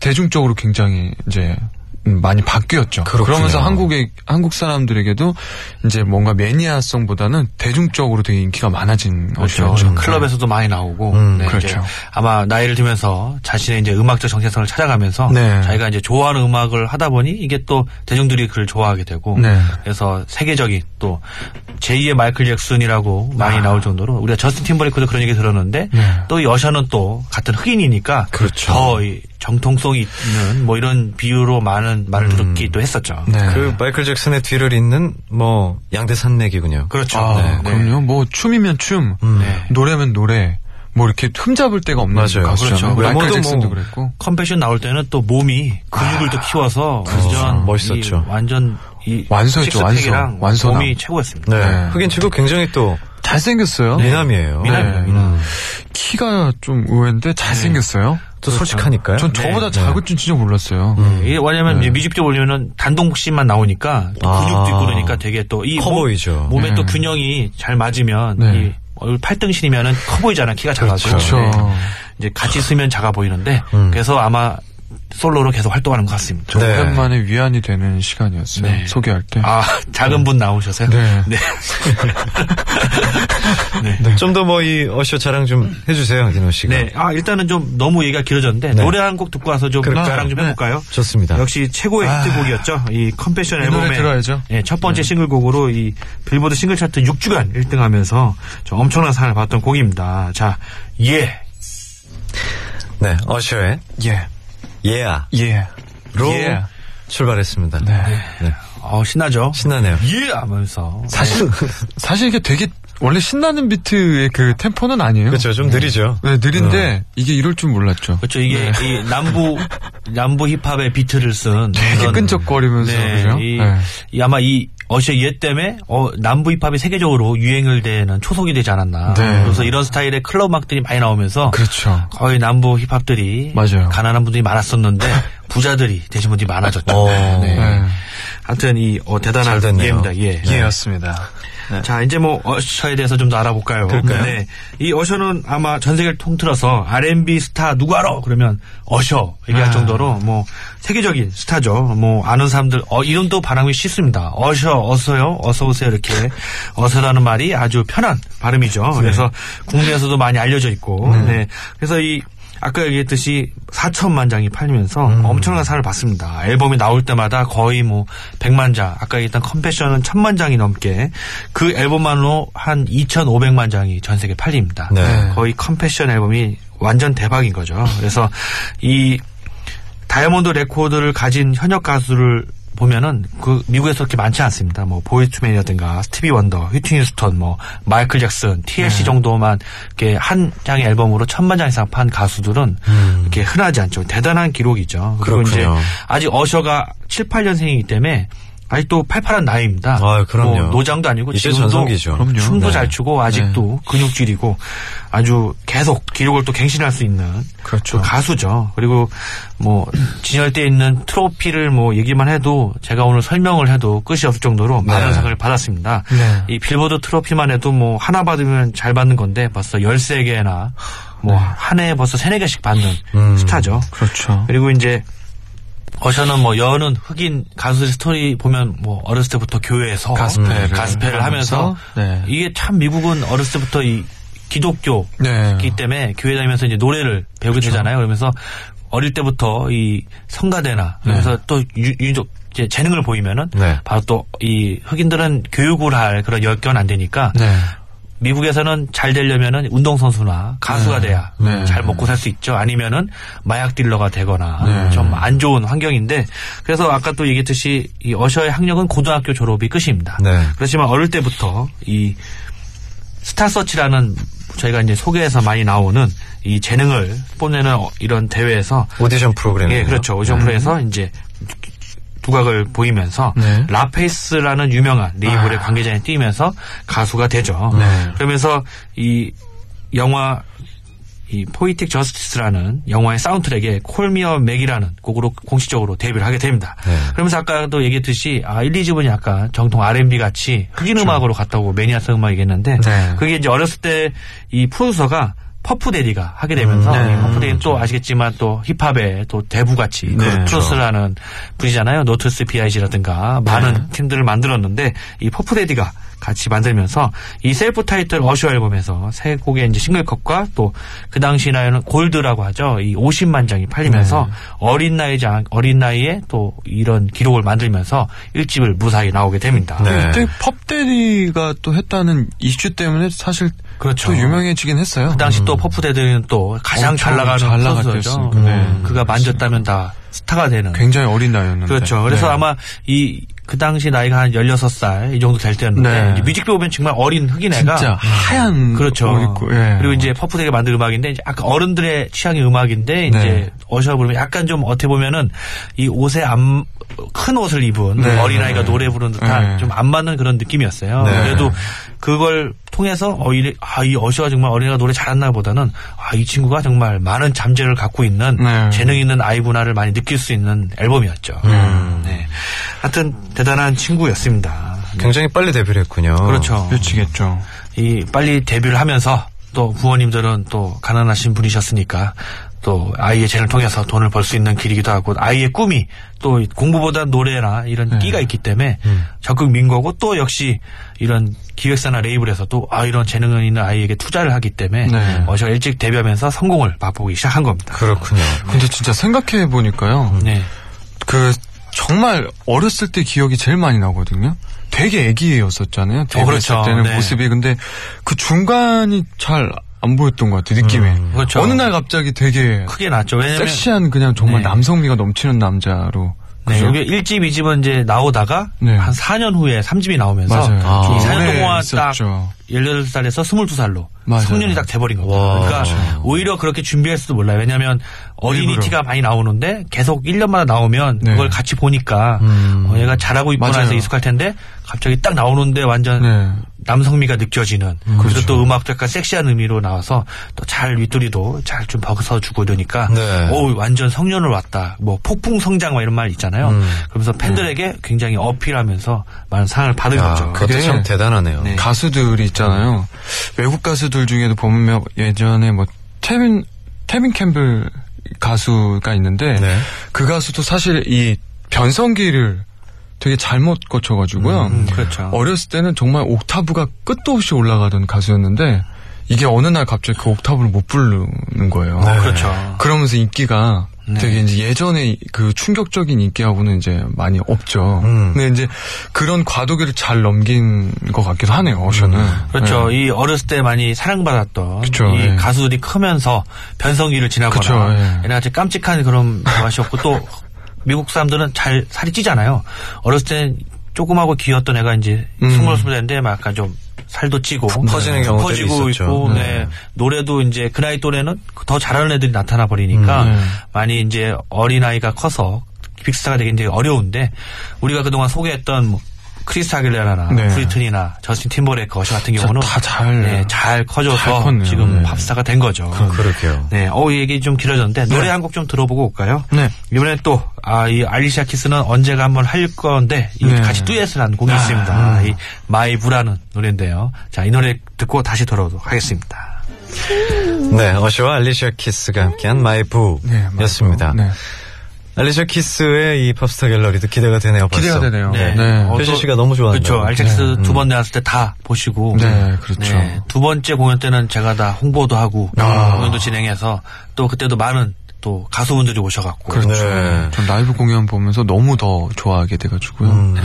Speaker 2: 대중적으로 굉장히 이제 음, 많이 바뀌었죠.
Speaker 1: 그렇군요.
Speaker 2: 러면서 한국의 한국 사람들에게도 이제 뭔가 매니아성보다는 대중적으로 되게 인기가 많아진
Speaker 3: 그렇죠.
Speaker 2: 것이죠. 음.
Speaker 3: 클럽에서도 많이 나오고. 네,
Speaker 1: 음,
Speaker 3: 이제
Speaker 2: 그렇죠.
Speaker 3: 아마 나이를 들면서 자신의 이제 음악적 정체성을 찾아가면서
Speaker 2: 네.
Speaker 3: 자기가 이제 좋아하는 음악을 하다 보니 이게 또 대중들이 그를 좋아하게 되고
Speaker 2: 네.
Speaker 3: 그래서 세계적인 또 제2의 마이클 잭슨이라고 많이
Speaker 2: 아.
Speaker 3: 나올 정도로 우리가 저스틴 팀버리크도 그런 얘기 들었는데
Speaker 2: 네.
Speaker 3: 또 이 어셔는 또 같은 흑인이니까
Speaker 1: 그렇죠.
Speaker 3: 더이 정통성이 있는 뭐 이런 비유로 많은 말을 듣기도 했었죠.
Speaker 2: 네.
Speaker 1: 그 마이클 잭슨의 뒤를 잇는 뭐 양대 산맥이군요.
Speaker 3: 그렇죠.
Speaker 2: 아,
Speaker 3: 네.
Speaker 2: 그럼요. 뭐 춤이면 춤,
Speaker 1: 음.
Speaker 3: 네.
Speaker 2: 노래면 노래, 뭐 이렇게 흠잡을 데가 없는
Speaker 1: 맞아요.
Speaker 2: 가수잖아요.
Speaker 1: 그렇죠.
Speaker 2: 마이클
Speaker 1: 외모도
Speaker 2: 잭슨도
Speaker 1: 뭐
Speaker 2: 그랬고.
Speaker 3: 컴패션 나올 때는 또 몸이 근육을 또 키워서 완전
Speaker 1: 멋있었죠.
Speaker 3: 이 완전 이
Speaker 2: 완소였죠,
Speaker 3: 식스팩이랑
Speaker 2: 완소. 완소남.
Speaker 3: 몸이 최고였습니다.
Speaker 1: 네.
Speaker 2: 네.
Speaker 1: 흑인 치고 굉장히 또
Speaker 2: 잘생겼어요.
Speaker 1: 미남이에요.
Speaker 3: 미남이에요,
Speaker 1: 네.
Speaker 3: 미남.
Speaker 1: 음.
Speaker 2: 네. 키가 좀 의외인데 잘생겼어요.
Speaker 3: 그렇죠.
Speaker 1: 또 솔직하니까요.
Speaker 2: 전
Speaker 3: 네. 음.
Speaker 2: 저보다
Speaker 1: 네.
Speaker 2: 작은 줄 진짜 몰랐요
Speaker 3: 이게 예, 왜냐면
Speaker 2: 네.
Speaker 3: 이제 뮤직비디오 올리면은 단독씩만 나오니까 또
Speaker 1: 아.
Speaker 3: 근육도 있고 그러니까 되게 또 이
Speaker 1: 커 보이죠.
Speaker 3: 몸에
Speaker 2: 네.
Speaker 3: 또 균형이 잘 맞으면
Speaker 2: 네.
Speaker 3: 이 얼굴 팔등신이면은 커 보이잖아 키가 작아서
Speaker 2: 그렇죠.
Speaker 3: 이제 같이 있으면 작아 보이는데
Speaker 1: 음.
Speaker 3: 그래서 아마 솔로로 계속 활동하는 것 같습니다.
Speaker 1: 네.
Speaker 2: 오랜만에 위안이 되는 시간이었어요.
Speaker 3: 네.
Speaker 2: 소개할 때.
Speaker 3: 아 작은 분 나오셔서요.
Speaker 2: 네.
Speaker 3: 네. 네.
Speaker 1: 좀 더 뭐 이 어쇼 자랑 좀 해주세요, 디노 씨가.
Speaker 3: 네. 아, 일단은 좀 너무 얘기가 길어졌는데
Speaker 1: 네.
Speaker 3: 노래 한 곡 듣고 와서 좀
Speaker 2: 그렇죠.
Speaker 1: 그럴까요? 네.
Speaker 3: 자랑 좀
Speaker 2: 네.
Speaker 3: 해볼까요?
Speaker 1: 좋습니다.
Speaker 3: 역시 최고의 히트곡이었죠. 이 컴패션
Speaker 2: 아. 이 노래
Speaker 3: 앨범의
Speaker 2: 들어야죠.
Speaker 3: 예, 첫 번째 싱글곡으로 이 빌보드 싱글 차트 6주간 1등하면서 좀 엄청난 사랑을 받았던 곡입니다. 자, 예.
Speaker 1: 네, 어쇼의
Speaker 2: 예.
Speaker 1: 예아로
Speaker 2: 예. 예.
Speaker 1: 출발했습니다. 네.
Speaker 3: 어, 신나죠?
Speaker 1: 신나네요.
Speaker 3: 예 하면서
Speaker 2: 사실 사실 이게 되게 원래 신나는 비트의 그 템포는 아니에요.
Speaker 1: 그렇죠, 좀 느리죠.
Speaker 2: 네, 느린데 이게 이럴 줄 몰랐죠.
Speaker 3: 어. 그렇죠.
Speaker 2: 네.
Speaker 3: 이게 이 남부 남부 힙합의 비트를 쓴
Speaker 2: 되게
Speaker 3: 그런-
Speaker 2: 끈적거리면서
Speaker 3: 네,
Speaker 2: 그죠?
Speaker 3: 이,
Speaker 2: 네.
Speaker 3: 이 아마 이 어셔 얘 때문에 어, 남부 힙합이 세계적으로 유행을 되는 초석이 되지 않았나.
Speaker 2: 네.
Speaker 3: 그래서 이런 스타일의 클럽 음악들이 많이 나오면서
Speaker 2: 그렇죠.
Speaker 3: 거의 남부 힙합들이
Speaker 2: 맞아요.
Speaker 3: 가난한 분들이 많았었는데 부자들이 되신 분들이 많아졌다.
Speaker 1: 어,
Speaker 3: 네.
Speaker 2: 네.
Speaker 3: 하여튼 이 어, 대단한
Speaker 1: 잘 됐네요. 네.
Speaker 3: 예입니다. 예.
Speaker 1: 예였습니다.
Speaker 3: 자, 이제 뭐 어셔에 대해서 좀 더 알아볼까요?
Speaker 1: 그럴까요?
Speaker 3: 네. 이 어셔는 아마 전 세계를 통틀어서 R&B 스타 누구 알아? 그러면 어셔 얘기할
Speaker 1: 아.
Speaker 3: 정도로 뭐 세계적인 스타죠. 뭐 아는 사람들 어 이름도 발음이 쉽습니다. 어셔, 어서요, 어서 오세요 이렇게 어서라는 말이 아주 편한 발음이죠.
Speaker 1: 네.
Speaker 3: 그래서 국내에서도 많이 알려져 있고. 네. 그래서 이 아까 얘기했듯이 4천만 장이 팔리면서 엄청난 사랑을 받습니다. 앨범이 나올 때마다 거의 뭐 100만 장, 아까 얘기했던 컴패션은 1000만 장이 넘게 그 앨범만으로 한 2500만 장이 전 세계 팔립니다.
Speaker 1: 네.
Speaker 3: 거의 컴패션 앨범이 완전 대박인 거죠. 그래서 이 다이아몬드 레코드를 가진 현역 가수를 보면은 그 미국에서 그렇게 많지 않습니다. 뭐 보이투맨이라든가 스티비 원더, 휘트 휴스턴, 뭐 마이클 잭슨, TLC
Speaker 1: 네.
Speaker 3: 정도만 이렇게 한 장의 앨범으로 천만 장 이상 판 가수들은 이렇게 흔하지 않죠. 대단한 기록이죠. 그리고 이제
Speaker 1: 음. 그렇군요.
Speaker 3: 아직 어셔가 7, 8년생이기 때문에 아직도 팔팔한 나이입니다.
Speaker 1: 아, 그럼요.
Speaker 3: 뭐 노장도 아니고
Speaker 1: 이제
Speaker 3: 지금도
Speaker 1: 전성기죠. 그럼요.
Speaker 3: 춤도
Speaker 1: 네.
Speaker 3: 잘 추고 아직도 근육질이고 아주 계속 기록을 또 갱신할 수 있는
Speaker 2: 그렇죠.
Speaker 3: 그 가수죠. 그리고 뭐 진열대에 있는 트로피를 뭐 얘기만 해도 제가 오늘 설명을 해도 끝이 없을 정도로 많은 상을 받았습니다.
Speaker 2: 네.
Speaker 3: 이 빌보드 트로피만 해도 뭐 하나 받으면 잘 받는 건데 벌써 13개나 뭐 한 해에 벌써 3, 4개씩 받는 스타죠.
Speaker 2: 그렇죠.
Speaker 3: 그리고 이제 어셔는 뭐 여는 흑인 가수들 스토리 보면 뭐 어렸을 때부터 교회에서 음,
Speaker 2: 가스펠을
Speaker 3: 가스펠을 하면서,
Speaker 2: 하면서, 네.
Speaker 3: 이게 참 미국은 어렸을 때부터 이 기독교
Speaker 2: 네. 그렇죠.
Speaker 3: 기 때문에 교회 다니면서 이제 노래를 배우게 되잖아요. 그러면서 어릴 때부터 이
Speaker 2: 네.
Speaker 3: 성가대나 그래서 또 유, 유족 이제 재능을 보이면은
Speaker 1: 네.
Speaker 3: 바로 또 이 흑인들은 교육을 할 그런 여건 안 되니까
Speaker 2: 네.
Speaker 3: 미국에서는 잘 되려면은 운동선수나 가수가 돼야
Speaker 2: 네.
Speaker 3: 잘 먹고 살 수 있죠. 아니면은 마약 딜러가 되거나
Speaker 2: 네.
Speaker 3: 좀 안 좋은 환경인데 그래서 아까 또 얘기했듯이 이 어셔의 학력은 고등학교 졸업이 끝입니다.
Speaker 1: 네.
Speaker 3: 그렇지만 어릴 때부터 이 스타서치라는 저희가 이제 소개에서 많이 나오는 이 재능을 뽐내는 어- 이런 대회에서
Speaker 1: 오디션 프로그램.
Speaker 3: 예, 그렇죠. 오션 프로에서 이제 두각을 보이면서
Speaker 2: 음. 네. 아.
Speaker 3: 라페이스라는 유명한 네이버의 관계자에 뛰면서 가수가 되죠.
Speaker 2: 네.
Speaker 3: 그러면서 이 영화 이 포이틱 저스티스라는 영화의 사운드트랙에 콜미어 맥이라는 곡으로 공식적으로 데뷔를 하게 됩니다.
Speaker 1: 네.
Speaker 3: 그러면서 아까도 얘기했듯이 아 1, 2집은 약간 정통 R&B 같이 흑인 음악으로 갔다고 매니아성 음악 얘기했는데
Speaker 2: 네.
Speaker 3: 그게 이제 어렸을 때 이 프로듀서가 퍼프 데디가 하게 되면서
Speaker 2: 네.
Speaker 3: 이 퍼프 데디는 또 아시겠지만 또 힙합의 또 대부같이 그
Speaker 2: 그렇죠.
Speaker 3: 트로스라는 분이잖아요. 노트스 BIG라든가
Speaker 2: 네.
Speaker 3: 많은 팀들을 만들었는데 이 퍼프 데디가 같이 만들면서 이 셀프 타이틀 어쇼 앨범에서 세 곡의 이제 싱글컵과 또 그 당시 나이는 골드라고 하죠. 이 50만 장이 팔리면서
Speaker 2: 네.
Speaker 3: 어린 나이 장 어린 나이에 또 이런 기록을 만들면서 일집을 무사히 나오게 됩니다.
Speaker 1: 네.
Speaker 2: 그때 펍데리가 또 했다는 이슈 때문에 사실
Speaker 3: 그렇죠.
Speaker 2: 또 유명해지긴 했어요.
Speaker 3: 그 당시 또 퍼프데드는 또 가장 잘 나가는
Speaker 2: 엄청 잘
Speaker 3: 선수죠.
Speaker 2: 나갔겠습니다. 네.
Speaker 3: 그가 만졌다면 다 스타가 되는.
Speaker 2: 굉장히 어린 나이였는데.
Speaker 3: 그렇죠. 그래서
Speaker 2: 네.
Speaker 3: 아마 이 그 당시 나이가 한 16살 이 정도 될 때였는데
Speaker 2: 네.
Speaker 3: 이제 뮤직비디오 보면 정말 어린 흑인 애가
Speaker 2: 진짜 하얀
Speaker 3: 음. 그렇죠.
Speaker 2: 옷 입고 예.
Speaker 3: 그리고 이제 퍼프되게 만든 음악인데 이제 아까 어른들의 취향의 음악인데 이제
Speaker 2: 네.
Speaker 3: 어셔 부르면 약간 좀 어떻게 보면은 이 옷에 안 큰 옷을 입은
Speaker 2: 네.
Speaker 3: 어린 아이가 노래 부르는 듯한
Speaker 2: 네.
Speaker 3: 좀 안 맞는 그런 느낌이었어요.
Speaker 1: 네.
Speaker 3: 그래도 그걸 통해서 어, 이래, 아, 이 어셔가 정말 어린이가 노래 잘한나 보다는 아, 이 친구가 정말 많은 잠재를 갖고 있는
Speaker 2: 네.
Speaker 3: 재능 있는 아이구나를 많이 느낄 수 있는 앨범이었죠. 네. 하여튼 대단한 친구였습니다. 네.
Speaker 1: 굉장히 빨리 데뷔를 했군요.
Speaker 2: 어.
Speaker 3: 그렇죠.
Speaker 2: 뮤치겠죠.
Speaker 3: 이 빨리 데뷔를 하면서 또 부모님들은 또 가난하신 분이셨으니까 또 아이의 재능을 통해서 돈을 벌 수 있는 길이기도 하고 아이의 꿈이 또 공부보다 노래나 이런
Speaker 2: 네.
Speaker 3: 끼가 있기 때문에
Speaker 2: 음.
Speaker 3: 적극 민 거고 또 역시 이런 기획사나 레이블에서 또아 이런 재능 있는 아이에게 투자를 하기 때문에
Speaker 2: 네.
Speaker 3: 어저 일찍 데뷔하면서 성공을 맛보기 시작한 겁니다.
Speaker 1: 그렇군요.
Speaker 2: 근데 진짜 생각해 보니까요.
Speaker 3: 네.
Speaker 2: 그 정말 어렸을 때 기억이 제일 많이 나거든요. 되게 애기였었잖아요. 데뷔했을
Speaker 3: 그렇죠.
Speaker 2: 때는
Speaker 3: 네.
Speaker 2: 모습이 근데 그 중간이 잘 안 보였던 것 같아요. 느낌에.
Speaker 3: 그렇죠.
Speaker 2: 어느 날 갑자기 되게
Speaker 3: 크게 났죠. 왜냐면
Speaker 2: 섹시한 그냥 정말
Speaker 3: 네.
Speaker 2: 남성미가 넘치는 남자로.
Speaker 3: 네,
Speaker 2: 그죠?
Speaker 3: 여기 1집, 2집은 이제 나오다가
Speaker 2: 네.
Speaker 3: 한 4년 후에 3집이 나오면서
Speaker 2: 맞아요.
Speaker 1: 아.
Speaker 3: 이 4년
Speaker 2: 오래
Speaker 3: 동안 딱
Speaker 2: 있었죠.
Speaker 3: 18살에서 22살로
Speaker 2: 맞아요.
Speaker 3: 3년이 딱 돼버린 겁니다.
Speaker 1: 와.
Speaker 3: 그러니까
Speaker 1: 그렇죠.
Speaker 3: 오히려 그렇게 준비했을지도 몰라요. 왜냐하면 어린이
Speaker 2: 일부러.
Speaker 3: 티가 많이 나오는데 계속 1년마다 나오면
Speaker 2: 네.
Speaker 3: 그걸 같이 보니까
Speaker 1: 음.
Speaker 3: 어, 얘가 잘하고 있구나 해서
Speaker 2: 맞아요.
Speaker 3: 익숙할 텐데 갑자기 딱 나오는데 완전
Speaker 2: 네.
Speaker 3: 남성미가 느껴지는 그리고
Speaker 2: 그렇죠.
Speaker 3: 또 음악도 약간 섹시한 의미로 나와서 또 잘 윗도리도 잘 좀 벗어주고 이러니까
Speaker 1: 네.
Speaker 3: 오 완전 성년을 왔다 뭐 폭풍 성장 막 이런 말 있잖아요 그러면서 팬들에게 굉장히 어필하면서 많은 사랑을 받은
Speaker 1: 야,
Speaker 3: 거죠
Speaker 1: 그것도
Speaker 2: 그게-
Speaker 1: 참 대단하네요.
Speaker 2: 가수들이 있잖아요. 외국 가수들 중에도 보면 예전에 뭐 태빈 태빈 캠벨 가수가 있는데
Speaker 1: 네.
Speaker 2: 그 가수도 사실 이 변성기를 되게 잘못 거쳐가지고요.
Speaker 3: 음, 그렇죠
Speaker 2: 어렸을 때는 정말 옥타브가 끝도 없이 올라가던 가수였는데 이게 어느 날 갑자기 그 옥타브를 못 부르는 거예요.
Speaker 3: 어, 그렇죠
Speaker 2: 그러면서 인기가
Speaker 3: 네.
Speaker 2: 되게 이제 예전에 그 충격적인 인기하고는 이제 많이 없죠.
Speaker 1: 음.
Speaker 2: 근데 이제 그런 과도기를 잘 넘긴 것 같기도 하네요. 어셔는.
Speaker 3: 그렇죠.
Speaker 1: 네.
Speaker 3: 이 어렸을 때 많이 사랑받았던
Speaker 2: 그쵸,
Speaker 3: 이
Speaker 2: 예.
Speaker 3: 가수들이 크면서 변성기를
Speaker 2: 그쵸,
Speaker 3: 지나거나
Speaker 2: 예.
Speaker 3: 이런 아주 깜찍한 그런 맛이었고 또 미국 사람들은 잘 살이 찌잖아요. 어렸을 때 조그마하고 귀였던 애가 이제
Speaker 2: 음.
Speaker 3: 스물 스물 되는데 막 약간 좀 살도 찌고 네.
Speaker 1: 퍼지는 경우들이
Speaker 3: 퍼지고
Speaker 1: 있었죠.
Speaker 3: 있고
Speaker 1: 네.
Speaker 3: 네. 노래도 이제 그 나이 또래는 더 잘하는 애들이 나타나 버리니까
Speaker 2: 음, 네.
Speaker 3: 많이 이제 어린 아이가 커서 빅스타가 되기 굉장히 어려운데 우리가 그동안 소개했던 뭐 크리스 아길레라나
Speaker 2: 네.
Speaker 3: 브리튼이나 저스틴 팀버레이크 어시 같은 경우는
Speaker 2: 다 잘-
Speaker 3: 네, 잘 커져서
Speaker 2: 잘 컸네요.
Speaker 3: 지금
Speaker 2: 네.
Speaker 3: 팝스타가 된 거죠.
Speaker 1: 그러게요.
Speaker 3: 네, 어, 이 얘기 좀 길어졌는데 노래 한 곡 좀 들어보고 올까요?
Speaker 2: 네.
Speaker 3: 이번에 또, 아, 이 알리샤 키스는 언제가 한번 할 건데, 이
Speaker 2: 네.
Speaker 3: 같이 듀엣을 한 곡이 있습니다. 아, 이 마이 브라는 노래인데요. 자, 이 노래 듣고 다시 돌아오도록 하겠습니다.
Speaker 1: 네, 어시와 알리샤 키스가 함께한
Speaker 2: 네, 맞아요.
Speaker 1: 마이부였습니다.
Speaker 2: 네.
Speaker 1: 알리샤 키스의 이 팝스타 갤러리도 기대가 되네요. 벌써.
Speaker 2: 기대가 되네요.
Speaker 3: 네.
Speaker 2: 네.
Speaker 3: 어,
Speaker 1: 효진
Speaker 3: 또-
Speaker 1: 씨가 너무 좋아한다고.
Speaker 3: 그렇죠. 알리샤 키스 두 번 나왔을 때 다 보시고.
Speaker 2: 음. 네, 그렇죠.
Speaker 3: 두 번째 공연 때는 제가 다 홍보도 하고,
Speaker 2: 아.
Speaker 3: 공연도 진행해서, 또 그때도 많은 또 가수분들이 오셔갖고.
Speaker 2: 그렇죠.
Speaker 1: 네.
Speaker 2: 전 라이브 공연 보면서 너무 더 좋아하게 돼가지고요.
Speaker 3: 음.
Speaker 2: 네.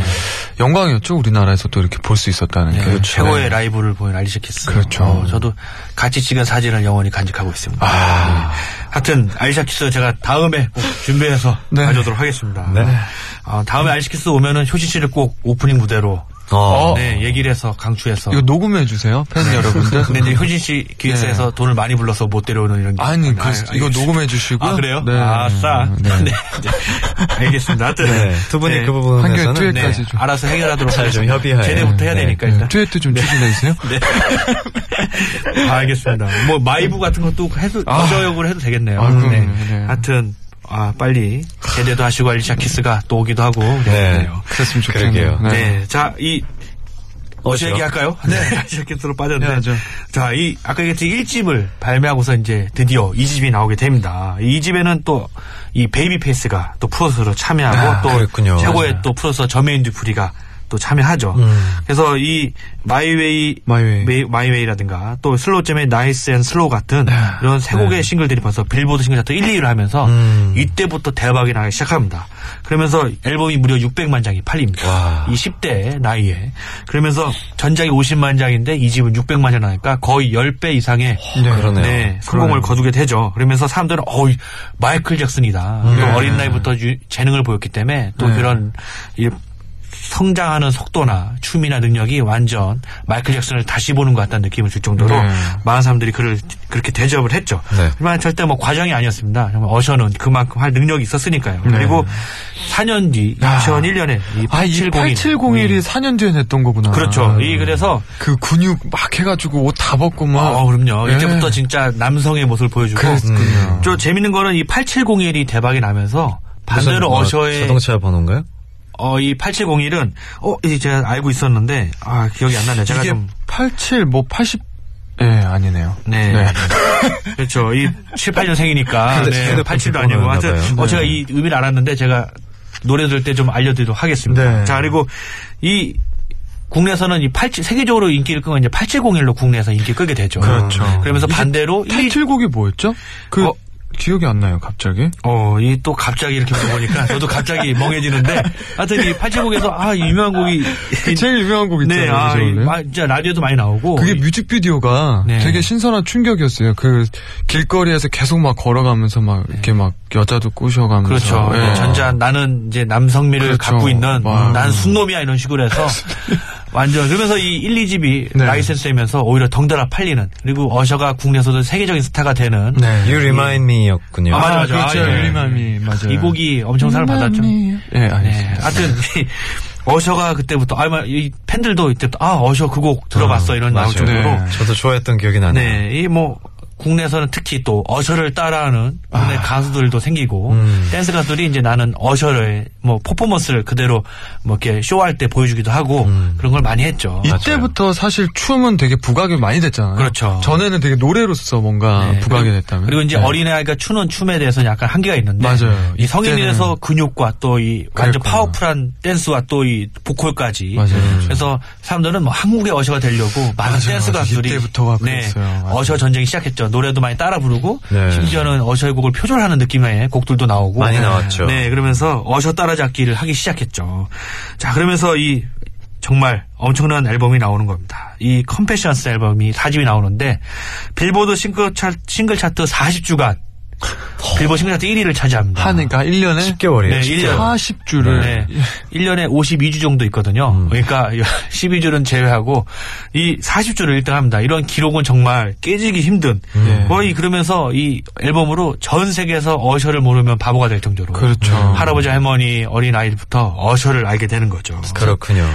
Speaker 2: 영광이었죠. 우리나라에서 또 이렇게 볼 수 있었다는 게. 네.
Speaker 3: 그 최고의 라이브를 보인 알리샤 키스.
Speaker 2: 그렇죠. 아.
Speaker 3: 어, 저도 같이 찍은 사진을 영원히 간직하고 있습니다. 네. 하여튼 알리샤 키스 제가 다음에 꼭 준비해서
Speaker 2: 네.
Speaker 3: 가져오도록 하겠습니다.
Speaker 1: 네.
Speaker 3: 어, 다음에 알리샤 키스 오면은 효진 씨를 꼭 오프닝 무대로
Speaker 1: 어.
Speaker 3: 네, 얘기를 해서 강추해서.
Speaker 2: 이거 녹음해 주세요, 팬
Speaker 3: 네.
Speaker 2: 여러분들. 네.
Speaker 3: 근데 이제 효진 씨 기획사에서 돈을 많이 불러서 못 데려오는 이런. 게
Speaker 2: 아니,
Speaker 3: 있었구나.
Speaker 2: 그,
Speaker 3: 아,
Speaker 2: 이거
Speaker 3: 알겠습니다.
Speaker 2: 녹음해 주시고.
Speaker 3: 아 그래요?
Speaker 2: 네.
Speaker 3: 아싸. 네. 네. 알겠습니다. 하여튼
Speaker 1: 네, 두 분이
Speaker 3: 네.
Speaker 1: 그
Speaker 2: 한결
Speaker 1: 부분에서는
Speaker 2: 듀엣- 여기까지 좀.
Speaker 3: 알아서 해결하도록
Speaker 1: 잘좀
Speaker 3: 하겠습니다.
Speaker 1: 협의하에.
Speaker 3: 제대부터 해야
Speaker 1: 네.
Speaker 3: 되니까
Speaker 2: 네.
Speaker 3: 일단.
Speaker 2: 듀엣도 좀 추진해 주세요.
Speaker 3: 네. 아, 알겠습니다. 뭐 마이브 같은 것도 해도 저역을 해도 되겠네요.
Speaker 2: 아, 그럼요.
Speaker 3: 네.
Speaker 2: 네.
Speaker 3: 하여튼 아 빨리 제대도 하시고 알리샤 키스가 또 오기도 하고
Speaker 1: 네.
Speaker 3: 그러네요.
Speaker 2: 그랬으면
Speaker 1: 그러게요.
Speaker 2: 좋겠네요.
Speaker 3: 네. 자, 이 어제 얘기할까요? 네, 알리샤 키스로 빠졌는데.
Speaker 2: 해야죠.
Speaker 3: 자, 이 아까 얘기했듯이 1집을 발매하고서 이제 드디어 2집이 나오게 됩니다. 이 2집에는 또 이 베이비 페이스가 또 프로듀서로 참여하고
Speaker 1: 아,
Speaker 3: 또
Speaker 1: 그랬군요.
Speaker 3: 최고의
Speaker 1: 맞아요.
Speaker 3: 또 프로듀서 저메인 듀프리가 또 참여하죠. 그래서 이 마이웨이
Speaker 2: 마이웨이.
Speaker 3: 메이- 마이웨이라든가 또 슬로우잼의 나이스 앤 슬로우 같은 이런 세 곡의 싱글들이 벌써 빌보드 싱글 차트 1, 2위를 하면서 이때부터 대박이 나기 시작합니다. 그러면서 앨범이 무려 600만 장이 팔립니다.
Speaker 1: 와.
Speaker 3: 이 10대 나이에. 그러면서 전작이 50만 장인데 이 집은 600만 장 나니까 거의 10배 이상의
Speaker 1: 어, 그러네요.
Speaker 3: 네, 성공을 거두게 되죠. 그러면서 사람들은 어이
Speaker 1: 네.
Speaker 3: 마이클 잭슨이다. 또 어린 나이부터 유- 재능을 보였기 때문에 또 그런 이 성장하는 속도나 춤이나 능력이 완전 마이클 잭슨을 다시 보는 것 같다는 느낌을 줄 정도로
Speaker 2: 네.
Speaker 3: 많은 사람들이 그를 그렇게 대접을 했죠.
Speaker 1: 네.
Speaker 3: 하지만 절대 뭐 과정이 아니었습니다. 정말 어셔는 그만큼 할 능력이 있었으니까요.
Speaker 1: 네.
Speaker 3: 그리고 4년 뒤 2001년에 이
Speaker 2: 아, 이 8701이
Speaker 3: 8701이
Speaker 2: 4년 전에 냈던 거구나.
Speaker 3: 음.
Speaker 1: 아.
Speaker 3: 그렇죠. 이 그래서
Speaker 2: 그 근육 막 해가지고 옷 다 벗고 막.
Speaker 3: 어, 그럼요.
Speaker 2: 예.
Speaker 3: 이때부터 진짜 남성의 모습을 보여주고.
Speaker 2: 그랬군요.
Speaker 3: 음. 저 재밌는 거는 이 8701이 대박이 나면서 반대로
Speaker 1: 뭐
Speaker 3: 어셔의
Speaker 1: 자동차 번호인가요?
Speaker 3: 어, 이 8701은 어, 이제 제가 알고 있었는데 아, 기억이 안 나네요. 제가
Speaker 2: 이게
Speaker 3: 좀
Speaker 2: 87, 뭐 80. 예, 아니네요.
Speaker 3: 네. 그렇죠. 이 7, 8년생이니까.
Speaker 1: 근데
Speaker 3: 네.
Speaker 1: 핸드폰
Speaker 3: 87도
Speaker 1: 뒷번호였나
Speaker 3: 아니고. 하여튼,
Speaker 1: 봐요.
Speaker 3: 어, 제가 이 의미를 알았는데 제가 노래 들을 때 좀 알려드리도록 하겠습니다.
Speaker 2: 네.
Speaker 3: 자, 그리고 이 국내에서는 이 87, 세계적으로 인기를 끄면 이제 8701로 국내에서 인기 를 끄게 되죠.
Speaker 2: 그렇죠.
Speaker 3: 그러면서
Speaker 2: 이게
Speaker 3: 반대로 이,
Speaker 2: 타이틀곡이 뭐였죠? 그,
Speaker 3: 어.
Speaker 2: 기억이 안 나요, 갑자기.
Speaker 3: 어, 이 또 갑자기 이렇게 물어보니까 저도 갑자기 멍해지는데 하여튼 이 87곡에서 아, 이 유명한 곡이.
Speaker 2: 그 제일 유명한 곡
Speaker 3: 네,
Speaker 2: 있잖아요.
Speaker 3: 아, 이-
Speaker 2: 그죠, 원래?
Speaker 3: 아, 진짜 라디오도 많이 나오고.
Speaker 2: 그게
Speaker 3: 이-
Speaker 2: 뮤직비디오가
Speaker 3: 네.
Speaker 2: 되게 신선한 충격이었어요. 그 길거리에서 계속 막 걸어가면서 막 이렇게 막 여자도 꼬셔가면서
Speaker 3: 네. 그렇죠.
Speaker 2: 예.
Speaker 3: 전자 나는 이제 남성미를
Speaker 2: 그렇죠.
Speaker 3: 갖고 있는
Speaker 2: 와.
Speaker 3: 난 순놈이야 이런 식으로 해서 완전 그러면서 이 1, 2집이
Speaker 2: 네.
Speaker 3: 라이센스 되면서 오히려 덩달아 팔리는 그리고 어셔가 국내에서도 세계적인 스타가 되는
Speaker 2: 네.
Speaker 1: You Remind Me였군요.
Speaker 3: 아, 맞아, 맞아.
Speaker 2: 그렇죠.
Speaker 3: 아, 예.
Speaker 2: 유리맘이 맞아요.
Speaker 3: 이 곡이 엄청 사랑을 받았죠.
Speaker 2: 예,
Speaker 3: 네.
Speaker 2: 알겠습니다.
Speaker 3: 하여튼 이 어셔가 그때부터 아, 이 팬들도 이때부터 아 어셔 그 곡 들어봤어 이런 나올
Speaker 1: 맞아요.
Speaker 3: 정도로
Speaker 2: 네.
Speaker 1: 저도 좋아했던 기억이 나네요.
Speaker 3: 네, 이 뭐 국내에서는 특히 또 어셔를 따라하는 국내 가수들도 생기고 댄스 가수들이 이제 나는 어셔를 뭐 퍼포먼스를 그대로 뭐 이렇게 쇼할 때 보여주기도 하고 그런 걸 많이 했죠.
Speaker 2: 이때부터 사실 춤은 되게 부각이 많이 됐잖아요.
Speaker 3: 그렇죠.
Speaker 2: 전에는 되게 노래로서 뭔가
Speaker 3: 네.
Speaker 2: 부각이
Speaker 3: 그리고-
Speaker 2: 됐다면.
Speaker 3: 그리고 이제
Speaker 2: 네.
Speaker 3: 어린아이가 추는 춤에 대해서는 약간 한계가 있는데
Speaker 2: 맞아요.
Speaker 3: 이 성인에서
Speaker 2: 이때는-
Speaker 3: 근육과 또 이 완전
Speaker 2: 그랬구나.
Speaker 3: 파워풀한 댄스와 또 이 보컬까지
Speaker 2: 맞아요.
Speaker 3: 그래서 사람들은 뭐 한국의 어셔가 되려고 많은
Speaker 2: 맞아요.
Speaker 3: 댄스 가수들이
Speaker 2: 이때부터가
Speaker 3: 네,
Speaker 2: 그랬어요. 맞아요.
Speaker 3: 어셔 전쟁이 시작했죠. 노래도 많이 따라 부르고
Speaker 1: 네.
Speaker 3: 심지어는 어셔의 곡을 표절하는 느낌의 곡들도 나오고
Speaker 1: 많이 나왔죠.
Speaker 3: 네, 그러면서 어셔 따라잡기를 하기 시작했죠. 자, 그러면서 이 정말 엄청난 앨범이 나오는 겁니다. 이 컴패션스 앨범이 4집이 나오는데 빌보드 싱글, 차, 싱글 차트 40주간 빌보드 싱글 차트 1위를 차지합니다.
Speaker 2: 한 그러니까 1년에
Speaker 1: 10개월이에요.
Speaker 3: 네, 1년.
Speaker 2: 40주를
Speaker 3: 네. 1년에 52주 정도 있거든요. 그러니까 12주는 제외하고 이 40주를 1등 합니다. 이런 기록은 정말 깨지기 힘든 거의 그러면서 이 앨범으로 전 세계에서 어셔를 모르면 바보가 될 정도로 음.
Speaker 2: 그렇죠.
Speaker 3: 할아버지 할머니 어린 아이부터 어셔를 알게 되는 거죠.
Speaker 1: 그렇군요.